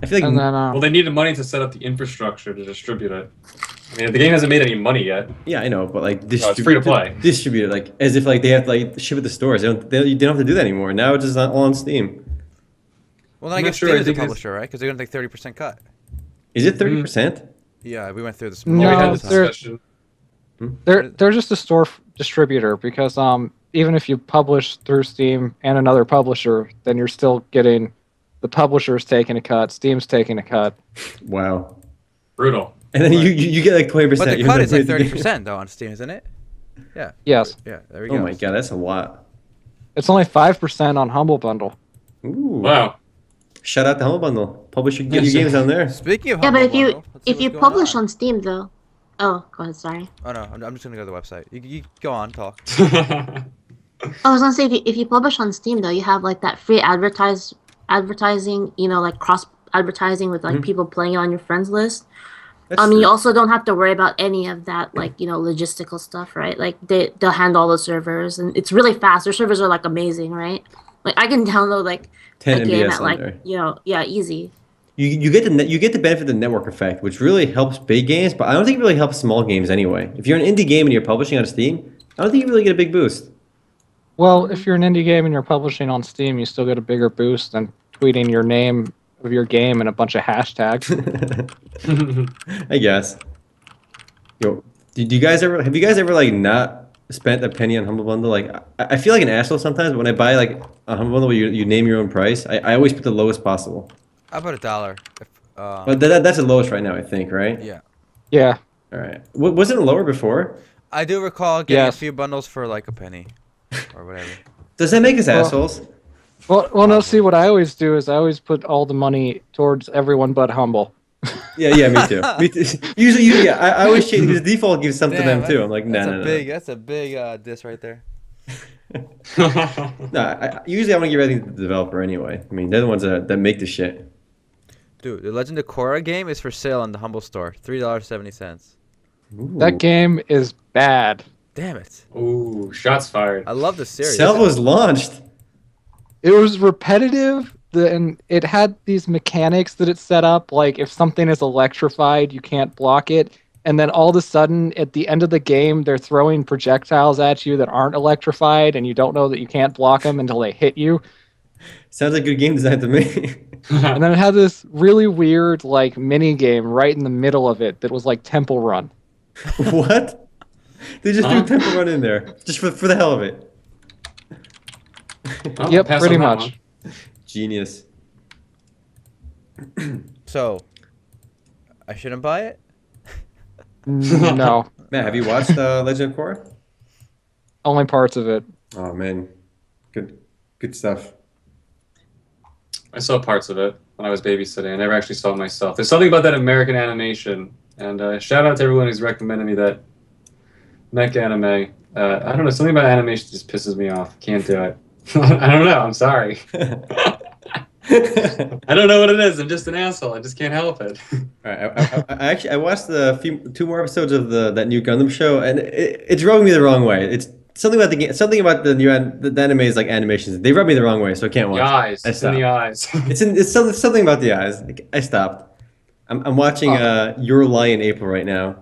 I feel like
And then, uh,
Well, they needed money to set up the infrastructure to distribute it. I mean, the game hasn't made any money yet.
yeah, I know, but like
it's free to play.
distribute it like as if like they have to, like ship it to stores. They don't. They, you don't have to do that anymore. Now it's just on, all on Steam.
Well, then I
I'm not
guess
sure,
Steam is
I
the
think it's-
publisher, right? Because they're gonna take thirty percent cut.
Is it thirty percent?
Mm.
Yeah, we went through this.
No,
we
multiple
had
times.
this
they're-
discussion.
They're they're just a store f- distributor because um even if you publish through Steam and another publisher, then you're still getting the publisher's taking a cut, Steam's taking a cut.
Wow.
Brutal.
And then you, you you get like twenty
But
percent.
the cut is like thirty percent though on Steam, isn't it? Yeah.
Yes,
Yeah. There we go.
Oh my god, that's a lot.
it's only five percent on Humble Bundle.
Ooh.
Wow.
Shout out to Humble Bundle. Publish your, get
Yes,
your
sir.
games on there.
Speaking of
yeah,
Humble
but if you
Bundle, let's see
if you
what's going
publish on Steam though, oh, go ahead, sorry.
Oh no, I'm, I'm just gonna go to the website. You, you go on, talk.
I was gonna say if you, if you publish on Steam though, you have like that free advertise advertising, you know, like cross advertising with like people playing on your friends list.
That's
I mean, you
true.
also don't have to worry about any of that, like you know, logistical stuff, right? Like they they'll handle the servers, and it's really fast. Their servers are like amazing, right? Like I can download like a
10 MBS
game at
on
like
there.
you know, yeah, easy.
You, you get the net, you get the benefit of the network effect, which really helps big games, but I don't think it really helps small games anyway. If you're an indie game and you're publishing on Steam, I don't think you really get a big boost.
Well, if you're an indie game and you're publishing on Steam, you still get a bigger boost than tweeting your name of your game and a bunch of hashtags.
I guess. Yo, did you guys ever have you guys ever like not spent a penny on Humble Bundle? Like I, I feel like an asshole sometimes, but when I buy like a Humble Bundle where you, you name your own price, I, I always put the lowest possible.
How about a dollar? If, uh,
But that, that- that's the lowest right now, I think, right?
yeah.
yeah,
All right. W- wasn't it lower before?
I do recall getting
Yes.
a few bundles for like a penny, or whatever.
Does that make us
Well-
assholes?
Well, well, no. See, what I always do is I always put all the money towards everyone but humble.
Yeah, yeah, me too. me too. Usually, usually yeah, I, I always change because default gives some to
Damn,
them too.
that-
I'm like, nah,
that's
nah,
a
nah.
big, that's a big uh, diss right there.
No, I, I- usually I want to give everything to the developer anyway. I mean, they're the ones that, that make the shit.
Dude, the Legend of Korra game is for sale on the Humble Store, three dollars seventy cents.
Ooh.
That game is bad.
Damn it!
Ooh, shots fired.
I love the series.
Cell was launched.
It was repetitive, the, and it had these mechanics that it set up. Like if something is electrified, you can't block it. And then all of a sudden, at the end of the game, they're throwing projectiles at you that aren't electrified, and you don't know that you can't block them until they hit you.
Sounds like good game design to me.
And then it had this really weird like mini game right in the middle of it that was like Temple Run.
what? They just
Huh?
threw Temple Run in there just for, for the hell of it.
Well,
yep,
Oh, pass
pretty
on that
much.
one.
Genius.
So, I shouldn't buy it.
N- no,
Matt, have you watched uh, Legend of Korra?
only parts of it.
Oh man, good, good stuff.
I saw parts of it when I was babysitting. I never actually saw it myself. There's something about that American animation. And uh, shout out to everyone who's recommended me that mech anime. Uh, I don't know. Something about animation just pisses me off. Can't do it. I don't know. I'm sorry.
All
I don't know what it is. I'm just an asshole. I just can't help it.
right, I, I, I actually I watched the few, two more episodes of the that new Gundam show, and it, it's rubbing me the wrong way. It's something about the game, something about the new an, the, the anime's like animations. They rub me the wrong way, so I can't
The
watch.
eyes.
I
It's in the eyes.
It's in it's something, something about the eyes. Like, I stopped. I'm, I'm watching
Oh.
uh, Your Lie in April right now.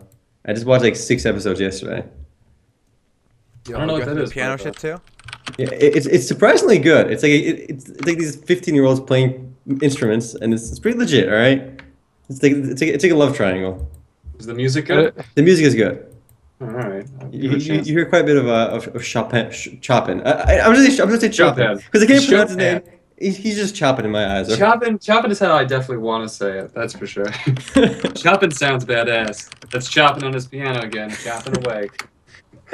I just watched like six episodes yesterday.
You
I don't
wanna
know what
go
that
through
is,
the Piano
but, uh,
shit too.
Yeah, it, it's it's surprisingly good. It's like it, it's, it's like these fifteen year olds playing instruments, and it's, it's pretty legit. All right, it's like it's like, it's like a love triangle.
is the music good?
The music is good.
All right.
Uh,
I'll give
You,
it a
you,
chance.
you hear quite a bit of uh, of, of Chopin, sh- Chopin. Uh, I, I, I'm just I'm gonna say Chopin
Chopin.
because I can't pronounce his name.
Chopin.
He, he's just Chopin in my eyes. okay?
Chopping, chopping is how I definitely want to say it. That's for sure. chopping sounds badass. That's chopping on his piano again. Chopping away.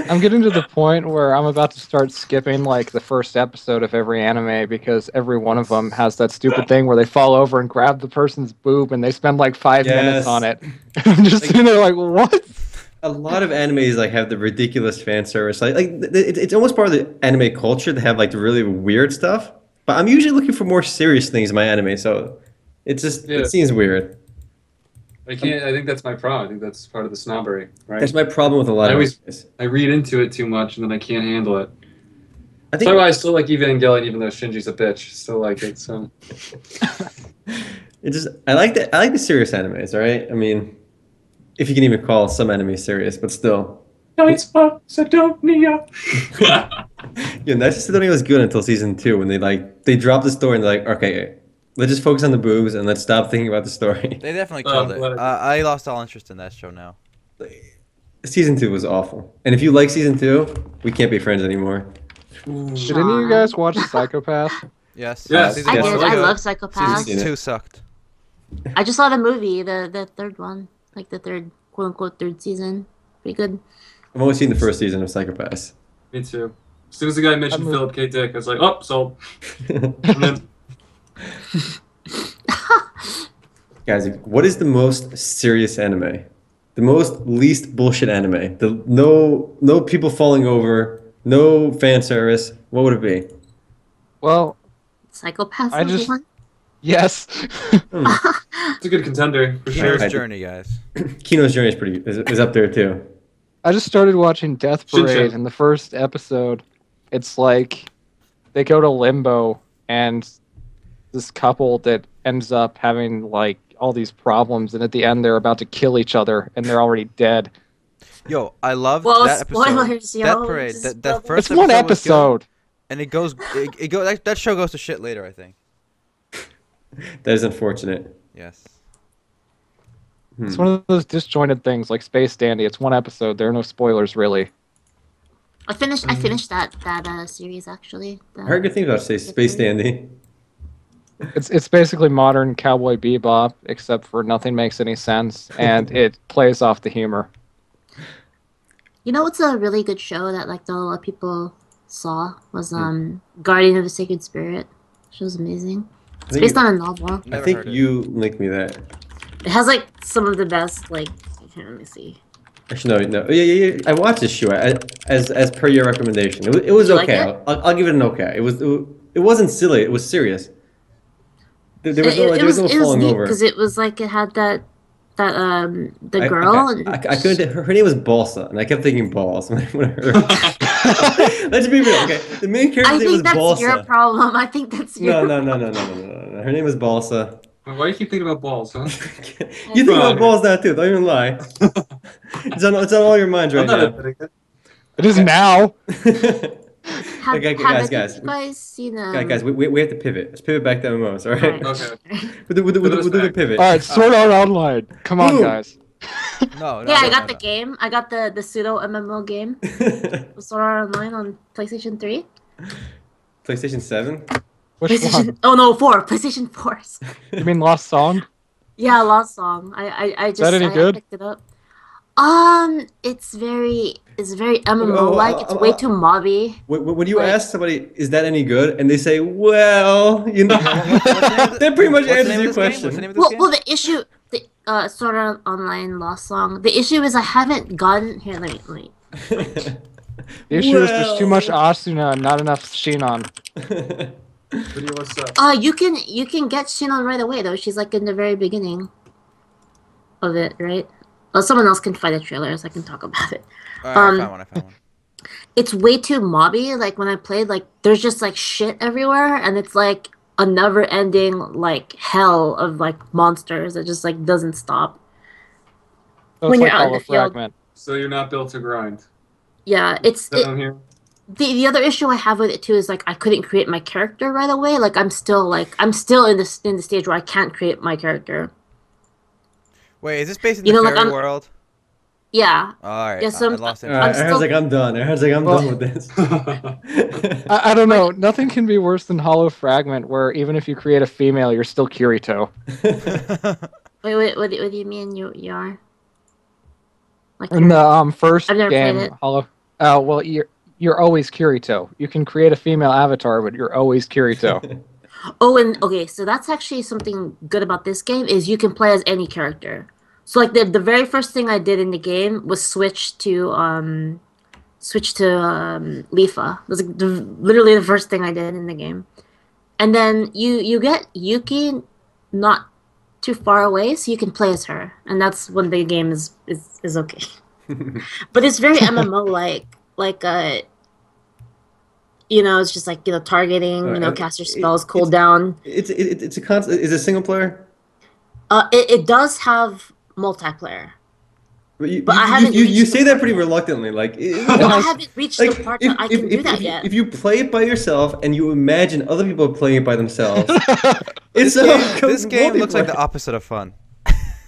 I'm getting to the point where I'm about to start skipping like the first episode of every anime because every one of them has that stupid thing where they fall over and grab the person's boob and they spend like five
Yes.
minutes on it. I'm just sitting there like, what?
a lot of animes like have the ridiculous fan service. Like, like th- it, it's almost part of the anime culture to have like the really weird stuff. But I'm usually looking for more serious things in my anime, so it's just
Yeah.
it seems weird.
I can't. I think that's my problem. I think that's part of the snobbery, right?
That's my problem with a lot of
I always-
animes.
I read into it too much, and then I can't handle it.
I
That's
think
why I still like Evangelion, even though Shinji's a bitch. Still like it. So
it just I like the I like the serious animes. All right, I mean, if you can even call some anime serious, but still,
nice up, Sedonia.
yeah, Nice Sidonia was good until season two when they like they dropped the story and they're like, okay, let's just focus on the boobs and let's stop thinking about the story.
They definitely
Oh,
killed it.
what
Uh,
a-
I lost all interest in that show now.
season two was awful, and if you like season two, we can't be friends anymore.
Did any of you guys watch Psychopath?
Yes.
Yes,
Season
I
Yeah,
did.
one was
I
good.
love
Seriously.
Psychopath.
Season two sucked.
I just saw the movie, the the third one, like the third quote unquote third season. Pretty good.
I've only seen the first season of Psychopaths.
Me too. As soon as the guy mentioned
I'm a-
Philip K. Dick, I was like, oh, sold. And then-
Guys, what is the most serious anime? The most least bullshit anime. The no no people falling over, no fan service. What would it be?
Well,
Psychopath.
I
was the
just-
one?
yes.
it's a good contender for sure.
Hero's
I-
Journey, guys.
Kino's Journey is pretty is, is up there too.
I just started watching Death
Shin
Parade,
Chan.
and the first episode, it's like they go to limbo, and this couple that ends up having like all these problems, and at the end they're about to kill each other, and they're already dead.
Yo, I love
Well,
that episode.
spoilers, yo.
Death Parade.
This is
That, that
spoilers.
first
it's one
episode was good,
episode.
and it goes. It, it go, that, that show goes to shit later, I think.
That is unfortunate. Hmm.
Yes.
It's one of those disjointed things, like Space Dandy. It's one episode. There are no spoilers really.
I finished. I finished that that uh, series actually. The-
Mm-hmm. I heard good things about say Space Dandy.
It's it's basically modern Cowboy Bebop, except for nothing makes any sense, and it plays off the humor.
You know what's a really good show that like not a lot of people saw was
Hmm.
um Guardian of the Sacred Spirit. Show was amazing.
I
It's
think,
based on a novel.
I
Never
think
heard it.
you linked me that.
It has like some of the best like here, let me see.
Actually, no, no. Yeah, yeah, yeah. I watched this show I, as as per your recommendation. It, wa- it was
Did you like
okay.
it?
I'll, I'll give it an okay. It was it, wa- it wasn't silly. It was serious. There, there was
it,
no,
it-
like,
it
there was no
it was
falling
neat
over.
because it was like it had that that um the
I-
girl
I,
and
I, I couldn't. Her, her name was Balsa, and I kept thinking balls when I when I heard. her. Let's be real. Okay, the main
I
character's name was
think that's your
Balsa.
problem. I think that's
No,
your
no, no, no, no, no, no, no. Her name was Balsa.
Why do you keep thinking about balls, huh?
you think about
Right.
balls now too? Don't even lie. it's on. It's on all your minds
I'm
right
not
now.
admitting it.
It is now.
All
Have,
Okay,
have
guys,
any of
guys.
you guys seen um,
Guys, guys, we, we, we have to pivot. Let's pivot back to MMOs, all right?
All
Okay.
We'll do, we'll do, we'll do- we'll do the
Back.
pivot.
All right,
Uh,
Sword Art Online. Come on,
Boom.
guys.
No, no.
yeah, I
no,
got
no,
the game. I got the the pseudo MMO game, Sword Art Online on PlayStation Three.
PlayStation 7?
Which one?
PlayStation. Oh no, four. PlayStation Four.
You mean Lost Song?
Yeah, Lost Song. I I, I just
any
I
good?
picked it up. Um, it's very it's very MMO like.
oh,
It's
oh,
way
oh.
too mobby.
Wh- wh- When you
Right.
ask somebody, is that any good? And they say, well, you know, that pretty much
What's the name
answers
of
your
this game? What's the name
question.
of this
Well,
game?
well, the issue, the uh, sort of online lost song. The issue is I haven't gotten here. Let me, let me.
The issue is there's too much Asuna and not enough Shinon.
Video, what's up?
Uh, you can you can get Shinon right away though. She's like in the very beginning of it, right? Well, someone else can find the trailers. I can talk about it.
All right,
um,
I found one. I found one.
It's way too mobby. Like when I played, like there's just like shit everywhere, and it's like a never-ending like hell of like monsters that just like doesn't stop.
So
When
it's
you're
like
out in
Hollow
the field.
Fragment.
So you're not built to grind.
Yeah, it's
Is that
it,
what I'm hearing?
the the other issue I have with it too is like I couldn't create my character right away. Like I'm still like I'm still in this in the stage where I can't create my character.
Wait, is this based in
You
the
know, like,
fairy
I'm-
world?
Yeah,
All right. I, I
Yeah, uh, some-
lost interest.
All right,
still-
Aaron's like, I'm done. Aaron's like, I'm
Well-
done with this.
I, I don't know. Nothing can be worse than Hollow Fragment, where even if you create a female, you're still Kirito.
Wait, wait, what, do- what do you mean you you are? Like
In the um, first
I've never played
game,
it.
Hollow. Oh well, you're you're always Kirito. You can create a female avatar, but you're always Kirito.
oh, and okay, so that's actually something good about this game is you can play as any character. So like the the very first thing I did in the game was switch to um switch to um Lifa. That's like the, literally the first thing I did in the game. And then you you get Yuki not too far away so you can play as her. And that's when the game is is, is okay. but it's very MMO like like uh you know, it's just like you know, targeting. You
Alright,
know,
and
cast your
Uh, it-
spells,
it's-
cooldown.
It's it, it's a constant. Is it single player?
Uh, it, it does have multiplayer.
But you,
But I
you-
haven't
you, you,
reached
you
the
say that
part
pretty
yet.
reluctantly. Like,
Well, I
like,
haven't reached
like,
the part
if-
that I
if-
can
if-
do that
if you-
yet.
If you play it by yourself and you imagine other people playing it by themselves, it's so
this game looks like the opposite of fun.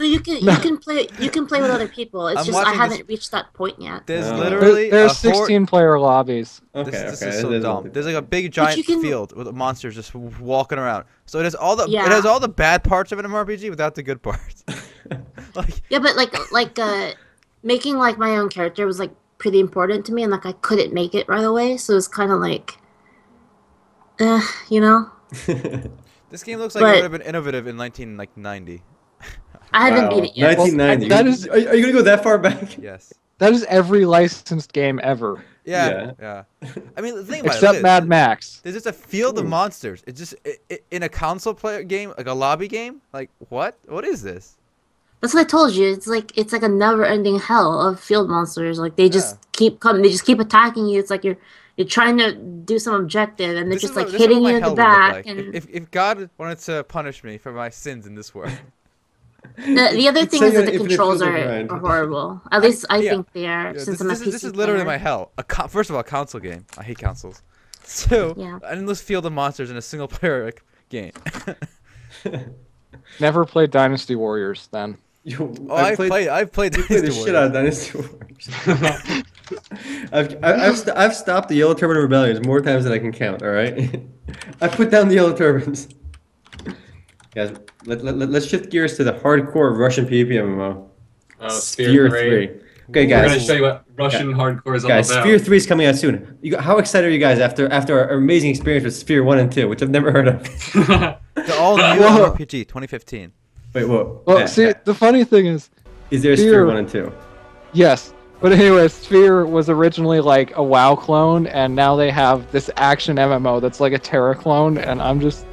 so you can you can play you can play with other people. It's
I'm
just I
watching this-
haven't reached that point yet.
There's
Uh,
literally
there, there's
a hor-
16 player lobbies.
Okay,
This,
okay,
is- this is so
it is
dumb.
multi-
There's like a big
But you
giant
can-
field with monsters just walking around. So it has all the
Yeah.
it has all the bad parts of an MMORPG without the good parts. like
Yeah, but like like uh, making like my own character was like pretty important to me, and like I couldn't make it right away, so it's kind of like, uh, you know,
this game looks like
But-
it would have been innovative in 19 like 90.
I haven't
Wow,
beat it yet.
1990.
Well, that
You-
is-
Are, are you gonna go that far back?
Yes.
That is every licensed game ever,
Yeah. Yeah. I mean, think about
except
it. look at
Mad
this.
Max.
There's just a field of monsters. It's just i i in a console player game, like a lobby game. Like what? What is this?
That's what I told you. It's like it's like a never-ending hell of field monsters. Like they just
Yeah.
keep coming. They just keep attacking you. It's like you're you're trying to do some objective, and they're
This is
just
what-
like
this is what
hitting
my
you in
hell
the
would look
back.
like.
And
If, if if God wanted to punish me for my sins in this world,
the, the other
It's
thing
like
is that
an
the
infinite
controls
field of
are,
grind.
are horrible. At least I,
yeah.
think they
Yeah,
are. since
this,
I'm a
this is, this
PC
is literally my
player.
hell. A co- first of all, a console game. I hate consoles. So,
Yeah.
an endless field of monsters in a single player like, game. oh,
Never played Dynasty Warriors then.
You-
I've Oh, played, I've played
I played the
Dynasty
shit out of
Warriors.
Dynasty Warriors. I've, I- I've, st- I've stopped the Yellow Turban Rebellions more times than I can count, alright? I put down the Yellow Turbans. Guys, let, let, let, us shift gears to the hardcore Russian PvP MMO.
Uh,
Sphere 3. Okay,
We're gonna
guys.
show you what Russian hardcore is all
Guys,
about.
Sphere 3 is coming out soon. You, got- how excited are you guys after after our amazing experience with Sphere 1 and 2, which I've never heard of?
The all new
Whoa.
RPG 2015.
Wait, whoa.
Well,
Matt,
see,
Matt,
the funny thing is,
is there a
Sphere-
Sphere 1 and 2?
Yes. But anyway, Sphere was originally like a WoW clone, and now they have this action MMO that's like a Terra clone, and I'm just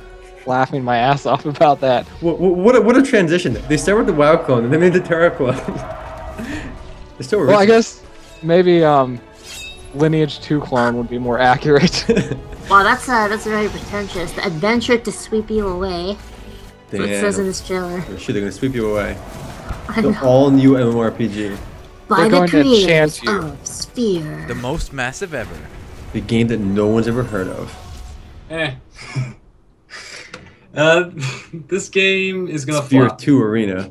laughing my ass off about that.
What, what, a, what a transition. They started with the WoW clone and then made the Terra clone. They're still
Well, I
original.
guess maybe um, Lineage 2 clone would be more accurate.
Wow, that's uh, that's very pretentious. The adventure to sweep you away. That's what it says in
Damn.
this trailer.
Shit, they're gonna sweep you away.
I
The
know.
all new MMORPG.
By the
going to
creators
chance you.
of Sphere.
The most massive ever.
the game that no one's ever heard of.
Eh. uh, this game is gonna
Sphere
flop.
2 Arena.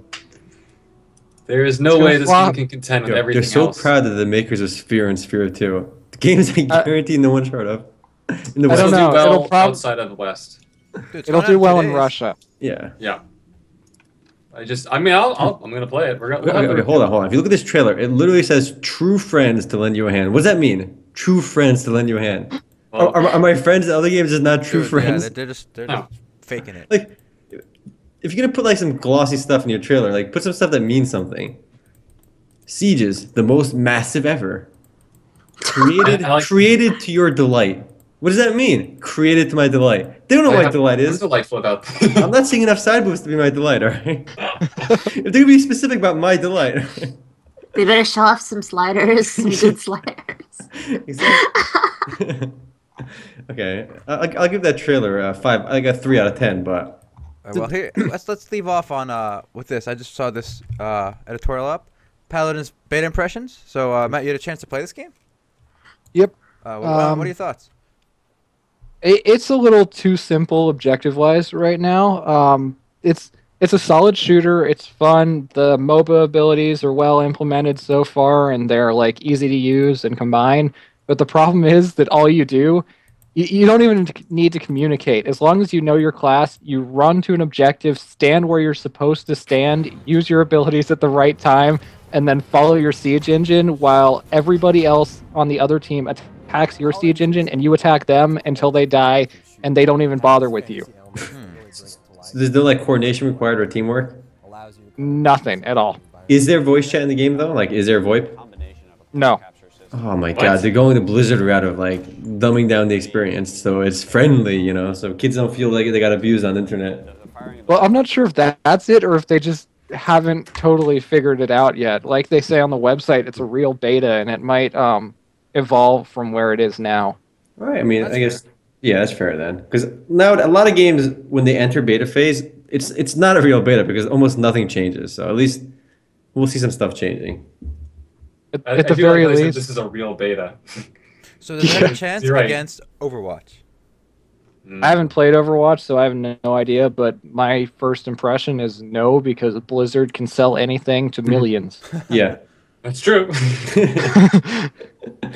There is no
It's
way
gonna
this
flop.
game can contend with
Yo,
everything
they're so
else.
proud of the makers of Sphere and Sphere 2. The games I
Uh,
guarantee no one's heard of. In the
I
It'll
don't
West.
do
know,
well
it'll prob-
outside of the West.
Dude, it's
It'll
coming
do
out
well in
days.
Russia.
Yeah.
Yeah. I just, I mean, I'll, I'll I'm gonna play it. We're gonna.
Okay, okay, okay, hold on, hold on. If you look at this trailer, it literally says "True friends to lend you a hand." What does that mean? True friends to lend you a hand.
Well,
are, are- are my friends in other games just not true
Dude,
friends?
Yeah, they're- they're just they're
No.
Oh.
just faking it.
like, if you're gonna put like some glossy stuff in your trailer, like put some stuff that means something. Sieges, the most massive ever, created
I like-
created to your delight. What does that mean? Created to my delight. They don't know
I
what
have-
delight
I'm
is.
delightful about.
I'm not seeing enough side moves to be my delight. All right. if they're gonna be specific about my delight.
They better show off some sliders, some good sliders.
Exactly. okay, I- I'll, I'll give that trailer a five. I got three out of ten, but
All right, well, here let's let's leave off on uh with this. I just saw this uh editorial up, Paladin's beta impressions. So uh, Matt, you had a chance to play this game.
Yep.
Uh, well,
Um,
what are your thoughts?
It, it's a little too simple objective wise right now. Um, it's it's a solid shooter. It's fun. The MOBA abilities are well implemented so far, and they're like easy to use and combine. But the problem is that all you do, you, you don't even need to communicate. As long as you know your class, you run to an objective, stand where you're supposed to stand, use your abilities at the right time, and then follow your siege engine while everybody else on the other team attacks your siege engine and you attack them until they die and they don't even bother with you.
so there's no like coordination required or teamwork.
Nothing at all.
Is there voice chat in the game though? Like, is there VoIP?
No.
Oh my God, they're going the Blizzard route of like dumbing down the experience, so it's friendly, you know, so kids don't feel like they got abused on the internet.
Well, I'm not sure if that, that's it or if they just haven't totally figured it out yet. Like they say on the website, it's a real beta and it might um, evolve from where it is now.
All right, I mean,
That's
I guess yeah, that's fair then, because now a lot of games when they enter beta phase, it's it's not a real beta because almost nothing changes. So at least we'll see some stuff changing.
At,
I,
at
I
the
feel like
very
they said
least,
this is a real beta.
So there's
yeah,
a chance
you're right.
against Overwatch.
I haven't played Overwatch, so I have no idea. But my first impression is no, because Blizzard can sell anything
Mm-hmm.
to millions.
Yeah.
That's true.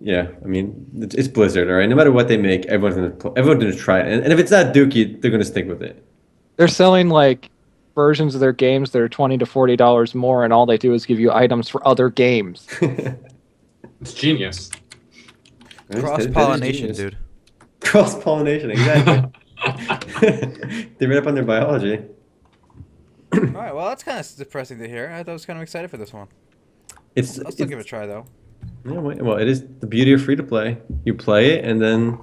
Yeah, I mean it's, it's Blizzard, all right. No matter what they make, everyone's gonna pl- everyone's gonna try it, and, and if it's not Dookie, they're gonna stick with it.
They're selling like versions of their games that are twenty to forty dollars more, and all they do is give you items for other games.
it's genius.
Cross pollination, dude.
Cross pollination, exactly. they read up on their biology.
All right. Well, that's kind of depressing to hear. I thought I was kind of excited for this one.
It's,
I'll still
it's-
give it a try though.
yeah, wait, well, it is the beauty of free to play. You play it and then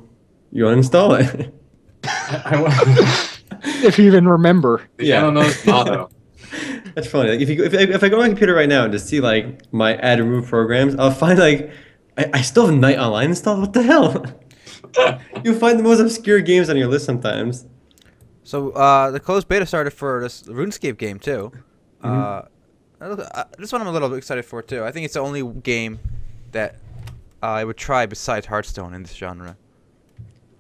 you uninstall it.
I, I,
if you even remember,
the
Yeah.
MMO's motto.
That's funny. Like, if you go, if, I- if I go on my computer right now and just see like my add and remove programs, I'll find like I, I still have Night Online installed. What the hell? you find the most obscure games on your list sometimes.
So uh, the closed beta started for this RuneScape game too.
Mm-hmm.
Uh, I look- I- this one I'm a little bit excited for too. I think it's the only game that I would try besides Hearthstone in this genre.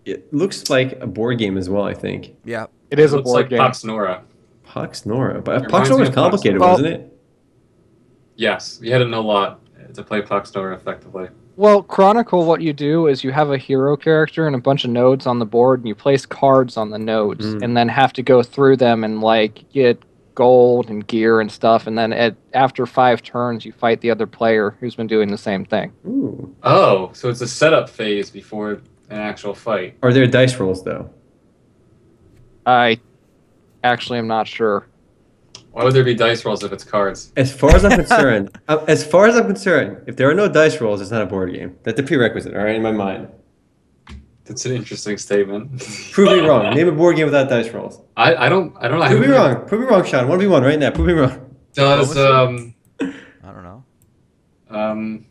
It looks like a board game as well. I think
Yeah,
it is a
looks
board
like
game.
Pops Nora.
Pax Nora, but
It
Pax
reminds
Nora
me
was
of Pax.
complicated,
Well-
wasn't it?
Yes, you had to know a lot to play Pox Nora effectively.
Well, Chronicle, what you do is you have a hero character and a bunch of nodes on the board, and you place cards on the nodes,
Mm.
and then have to go through them and like get gold and gear and stuff. And then at after five turns, you fight the other player who's been doing the same thing.
Ooh.
Oh, so it's a setup phase before an actual fight.
Are there dice rolls though?
I actually am not sure.
Why would there be dice rolls if it's cards?
As far as I'm concerned, uh, as far as I'm concerned, if there are no dice rolls, it's not a board game. That's a prerequisite, all right, in my mind.
That's an interesting statement.
Prove me wrong. Name a board game without dice rolls.
I, I don't I don't know.
Prove me wrong. Prove me wrong, Sean. One v one right now. Prove me wrong.
Does um
I don't know.
um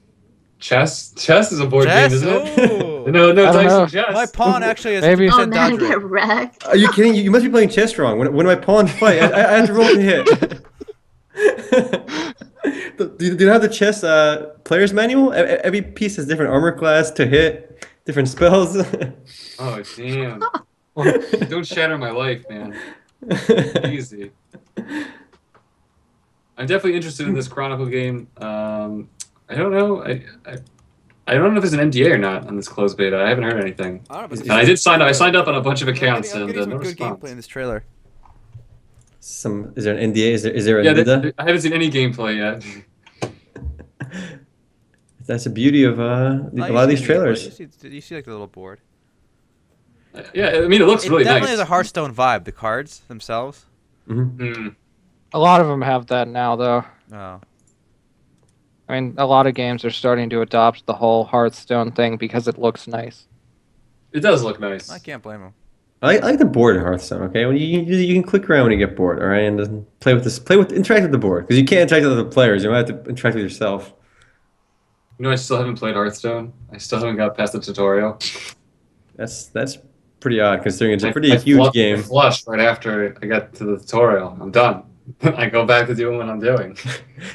chess chess is a board
Chess?
game, isn't it?
Ooh.
no, no
I don't
dice
know.
in chess.
My pawn actually has
Maybe-
maybe
You
Oh
percent
man,
dodge.
get
rate.
wrecked.
Are you kidding? You, you must be playing chess wrong. When, when my pawns fight, I, I, I had to roll to hit. do, do you have the chess uh, player's manual? E- e- Every piece has different armor class to hit. different spells.
Oh damn! Don't shatter my life, man. Easy. I'm definitely interested in this Chronicle game. Um, I don't know. I, I I don't know if there's an NDA or not on this closed beta. I haven't heard anything.
I don't know, but
And I did sign up. I signed up on a bunch of accounts
I'm
and
getting
uh,
some
no
good gameplay in
response.
this trailer.
Some is there an NDA? Is there is there a
Yeah,
yeah,
there- there- I haven't seen any gameplay yet.
That's the beauty of uh, the-
Oh,
a
you
lot of
see
these
the gameplay.
trailers.
You see, you see like the little board.
yeah, I mean it looks
it
really
definitely
nice.
has a Hearthstone vibe. The cards themselves.
Mhm.
Hmm.
A lot of them have that now, though.
Oh,
I mean, a lot of games are starting to adopt the whole Hearthstone thing because it looks nice.
It does look nice.
I can't blame him.
I, like, I like the board in Hearthstone. Okay, when you you you can click around when you get bored. All right, and just play with this. Play with interact with the board because you can't interact with other players. You might have to interact with yourself.
You know, I still haven't played Hearthstone. I still haven't got past the tutorial.
That's that's pretty odd considering it's
I-
a pretty
I
huge
flu- I
game.
flushed right after I got to the tutorial. I'm done. I go back to doing what I'm doing.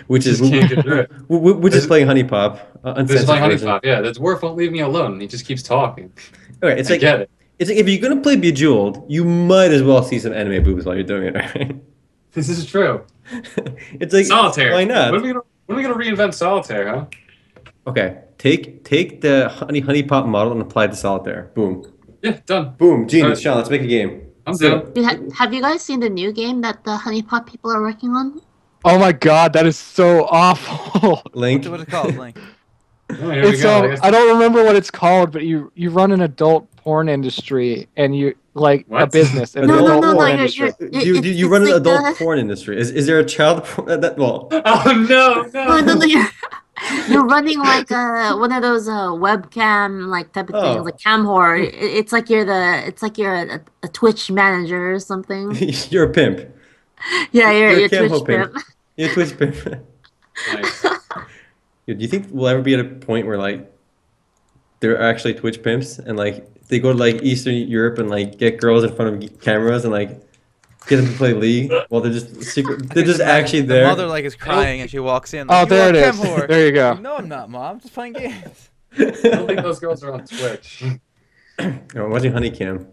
Which is
Just can't get through it.
Wh- wh- Which is
There's-
playing Honey Pop. Uh,
This
uncensored
is my honey
version.
pop. Yeah, the dwarf won't leave me alone. He just keeps talking.
Okay, it's
I
like
get it.
it's like if you're gonna play Bejeweled, you might as well see some anime boobs while you're doing it. Right?
This is true.
it's like
Solitaire.
Why
When are
not?
we gonna, when are we gonna reinvent solitaire? Huh?
Okay, take take the Honey Honey Pop model and apply it to Solitaire. Boom,
Yeah, done.
boom, genius,
Uh,
Alright.
Sean. Let's make a game.
I'm done.
You ha- have you guys seen the new game that the Honey Pot people are working on?
Oh my god, that is so awful.
Link.
What's it called, Link?
Oh, here we
It's
go. I
um,
guess-
I don't remember what it's called, but you you run an adult porn industry and you like a
What?
business. An
No, no,
adult
no, no,
porn
you're-
industry.
you're-
Do
It-
you,
it-
do you
it's
run an
like
adult
the-
porn industry? Is is there a child porn? That, that well,
oh no, no.
No, no, no, you're, you're running like uh one of those uh, webcam like type of
Oh.
things, like cam whore. It, it's like you're the it's like you're a, a Twitch manager or something.
you're a pimp.
Yeah, you're,
You're
you're,
a cam
Twitch
hoping.
pimp.
You're a Twitch pimp.
Nice.
Yo, do you think we'll ever be at a point where like there are actually Twitch pimps and like they go to like Eastern Europe and like get girls in front of cameras and like get them to play League while they're just secret they're just
The
actually
mother-
there.
The mother like is crying and she walks in.
Oh,
Like,
there it
"You are
is.
Ken Moore."
There you go.
No, I'm not, mom. I'm just playing games.
I don't think those girls are on Twitch.
No, I'm watching Honey Cam.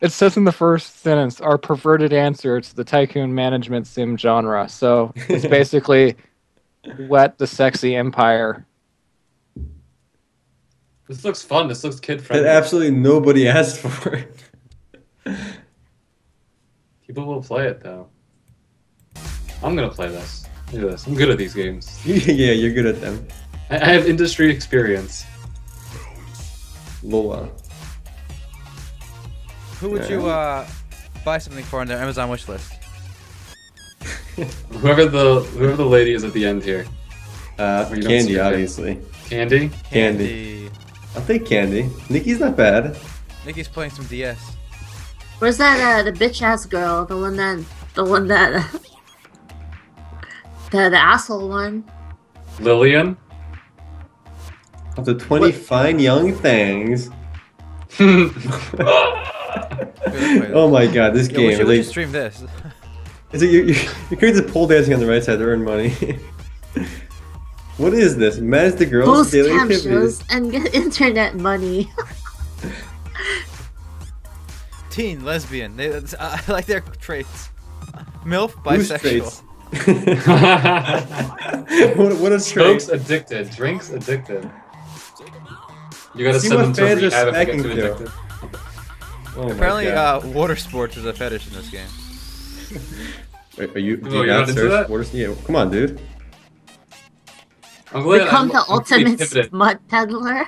It says in the first sentence, our perverted answer to the tycoon management sim genre. So it's basically wet the sexy empire.
This looks fun. This looks kid
That
friendly.
absolutely nobody asked for.
People will play it though. I'm gonna play this. Look at this. I'm good at these games.
yeah, you're good at them.
I, I have industry experience.
Lola.
Who would you uh, buy something for on their Amazon wish list?
Whoever the whoever the lady is at the end here,
Uh,
We don't speak
candy,
it.
obviously.
Candy.
Candy. I'll take candy. Nikki's not bad.
Nikki's playing some DS.
Where's that uh, the bitch ass girl? The one that the one that the the asshole one.
Lillian.
Up to 20 fine young things. oh my god, this
Yo,
game.
we should,
is
we
like-
should stream this.
Is it you? you- You're crazy to pole dancing on the right side to earn money. what is this? Manage the girls'
Post
daily
cam
activities.
shows and get internet money.
Teen, lesbian. They, that's- I I like their traits. MILF,
Who's
bisexual.
Oh traits? what, what a trait.
Smokes addicted. Drinks addicted. You gotta
See
send
what
them to
fans are
rehab if they get
smacking
too
to.
addicted.
Oh my
Apparently,
God.
uh, water sports is a fetish in this game.
are, are you? Do
Oh,
you
you're not
not
into
search
that?
What is, yeah, come on, dude.
I'm glad
Become
I'm-
the
I'm pretty
ultimate
pivoted.
smut peddler.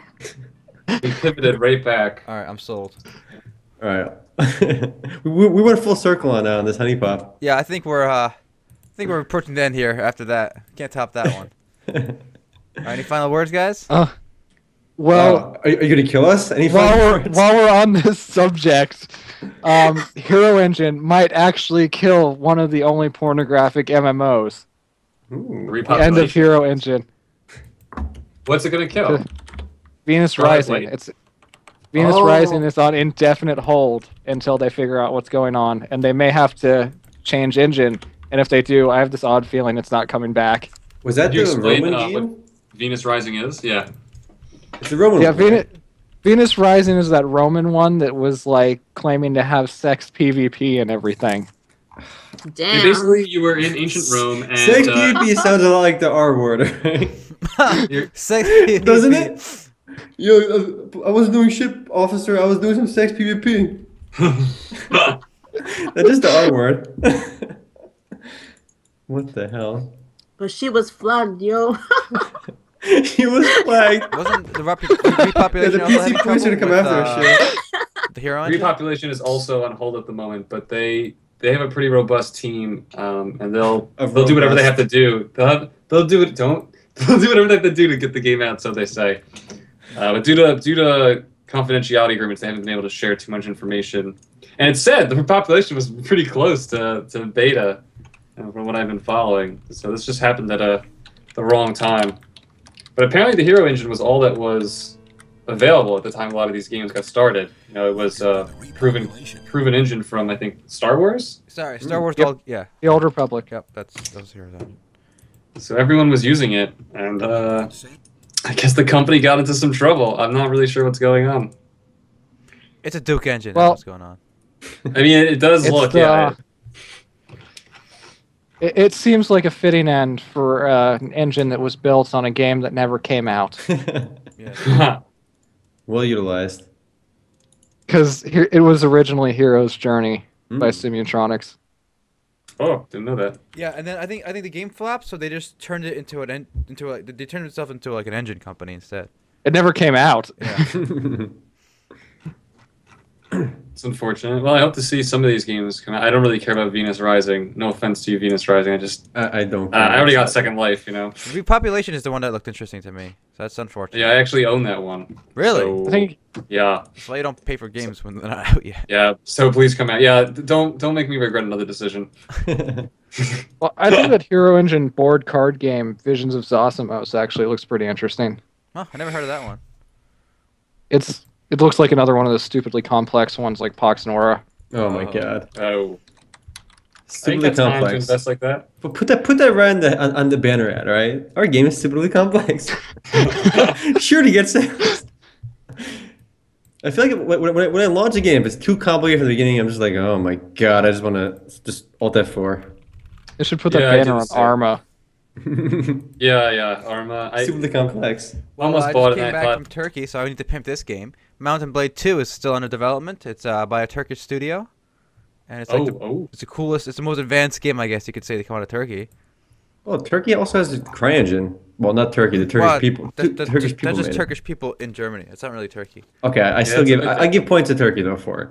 We pivoted right back.
All right, I'm sold.
All right. we, we went full circle on uh, on this honey pop.
Yeah, I think we're uh, I think we're approaching the end here. After that, can't top that one. All right, any final words, guys?
Uh, well,
Oh, are, you- are you gonna kill us? Any
while
final
we're
words?
while we're on this subject, um, Hero Engine might actually kill one of the only pornographic MMOs.
Ooh.
The end of
Repopulation.
Hero Engine,
What's it gonna kill?
Venus
Oh,
Rising.
wait.
It's Venus
Oh.
Rising is on indefinite hold until they figure out what's going on, and they may have to change engine. And if they do, I have this odd feeling it's not coming back.
Was that
Could you
the
explain,
Roman
uh,
game?
Venus Rising is? Yeah.
It's the Roman
Yeah,
one. right?
Venus, Venus Rising is that Roman one that was like claiming to have sex PvP and everything.
Yeah,
Damn.
basically, you were in ancient Rome, and
Sex
uh,
PvP sounds a lot like the R word. right?
You're-
Sex
Doesn't
PvP.
it? Yo, uh, I was doing ship officer. I was doing some sex PvP. That's just the R word. what the hell?
But she was flooded, yo.
he was flagged.
Wasn't the repu-
Yeah,
repopulation also
the
having
PC
trouble
police to come
with,
after us.
uh,
yeah.
the hero engine?
uh, repopulation is also on hold at the moment, but they they have a pretty robust team, um, and they'll
Of
they'll do whatever they have
robust.
to do. They'll have, they'll do it. Don't they'll do whatever they have to do to get the game out. So they say, uh, but due to due to confidentiality agreements, they haven't been able to share too much information. And it said the repopulation was pretty close to to beta, uh, from what I've been following. So this just happened at a the wrong time. But apparently, the Hero Engine was all that was available at the time a lot of these games got started. You know, it was uh, proven proven engine from I think Star Wars,
Sorry, Star
Mm,
Wars.
yep.
All, yeah,
The Old Republic.
yep. That's that was hero engine.
so everyone was using it, and uh, I guess the company got into some trouble. I'm not really sure what's going on.
It's a Duke engine.
Well-
that's what's going on?
I mean, it, it does
It's
look
the-
yeah. it-
It, it seems like a fitting end for uh, an engine that was built on a game that never came out.
Yeah.
well utilized.
Because it was originally Hero's Journey by
Mm.
Simutronics.
oh, didn't know that.
Yeah, and then I think I think the game flopped, so they just turned it into an en- into a, they turned itself into like an engine company instead.
It never came out.
It's unfortunate. Well, I hope to see some of these games. Come out. I don't really care about Venus Rising. No offense to you, Venus Rising. I just
I, I don't.
uh, I already got Second Life. You know.
Repopulation is the one that looked interesting to me, so that's unfortunate.
Yeah, I actually own that one.
Really?
So-
I think
Yeah,
That's why you don't pay for games when they're not out yet.
yeah. So please come out. Yeah, d- don't don't make me regret another decision.
well, I think that Hero Engine board card game Visions of Zosimos actually looks pretty interesting.
Huh, I never heard of that one.
It's it looks like another one of those stupidly complex ones like Pox Nora.
oh my god.
Oh, I
Stupidly
think that's time to
complex.
invest like that.
But put that put that right on the on, on the banner ad, all right? Our game is stupidly complex. sure to get sales. I feel like when, when, when I- when I launch a game, if it's too complicated from the beginning, I'm just like, oh my god, I just want to just alt F4.
They should put that
Yeah, I did
banner on
the same.
Arma.
stupidly
Yeah, yeah. Arma. I
complex.
Well,
almost
I
bought
just
it.
came
And I
back
thought,
from Turkey, so I need to pimp this game. Mountain Blade 2 is still under development. It's uh, by a Turkish studio, and it's
oh,
like the,
oh.
it's the coolest, it's the most advanced game I guess you could say to come out of Turkey.
Well, Oh, Turkey also has a CryEngine. Well, not Turkey, the Turkish
Well,
people.
that-
Tu-
that's
Turkish
just,
people.
That's just
made it.
Turkish people in Germany. It's not really Turkey.
Okay, I, I still
it's a
give
good
I, I
thing.
give points to Turkey though for it.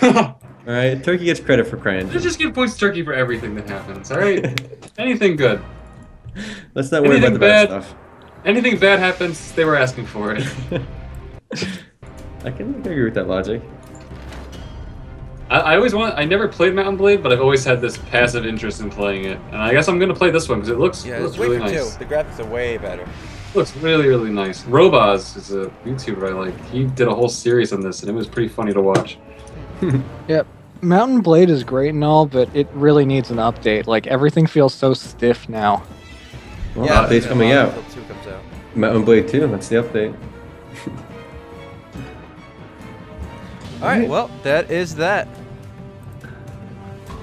Let's
All right, Turkey gets credit for CryEngine.
just give points to Turkey for everything that happens. All right. Anything good,
Let's not worry about the
Anything
bad
bad?
stuff.
anything bad happens, they were asking for it.
I can I can agree with that logic.
I, I always want. I never played Mountain Blade, but I've always had this passive interest in playing it, and I guess I'm gonna play this one because it looks it
Yeah,
looks
it's
really
Wafer
nice.
2. The graphics are way better.
looks really really nice. Robaz is a YouTuber I like. He did a whole series on this, and it was pretty funny to watch.
Mountain Blade is great and all, but it really needs an update. Like everything feels so stiff now.
Well, yeah, update's coming out.
Battlefield 2 comes out.
Mountain Blade 2, that's the update.
All right, well, that is that.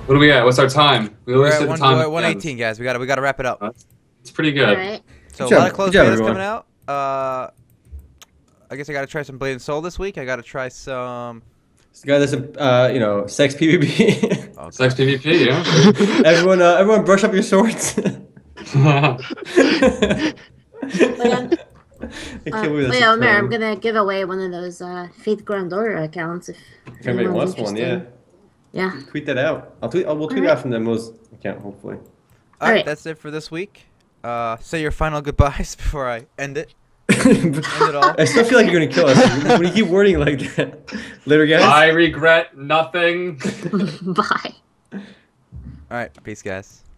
What do we at? What's our time? We
We're
always
at
hit the
one,
time.
we're
at
at
the
118, guys. We got to we got to wrap it up.
end. It's pretty
All
good.
right.
So
Good
a lot
job.
of closed
Good job,
betas
everyone.
coming out. Uh, I guess I got to try some Blade and Soul this week. I got to try some.
It's the guy that's a, uh, you know, sex PvP.
Oh,
Sex PvP,
everyone, uh, everyone brush up your swords.
yeah.
I can't
Uh,
believe that's
wait,
a
Omer, I'm
thing.
gonna give away one of those uh, Faith Grand Order accounts if
If anybody
anyone's
wants one, yeah.
interested. Yeah.
Tweet that out. I'll tweet. I'll, we'll tweet
Alright.
out from the most account, hopefully.
All right,
Alright.
that's it for this week. Uh, say your final goodbyes before I end it. End it
I
all.
still feel like you're gonna kill us when you keep wording like that. Later, guys.
I regret nothing.
Bye.
All right, peace, guys.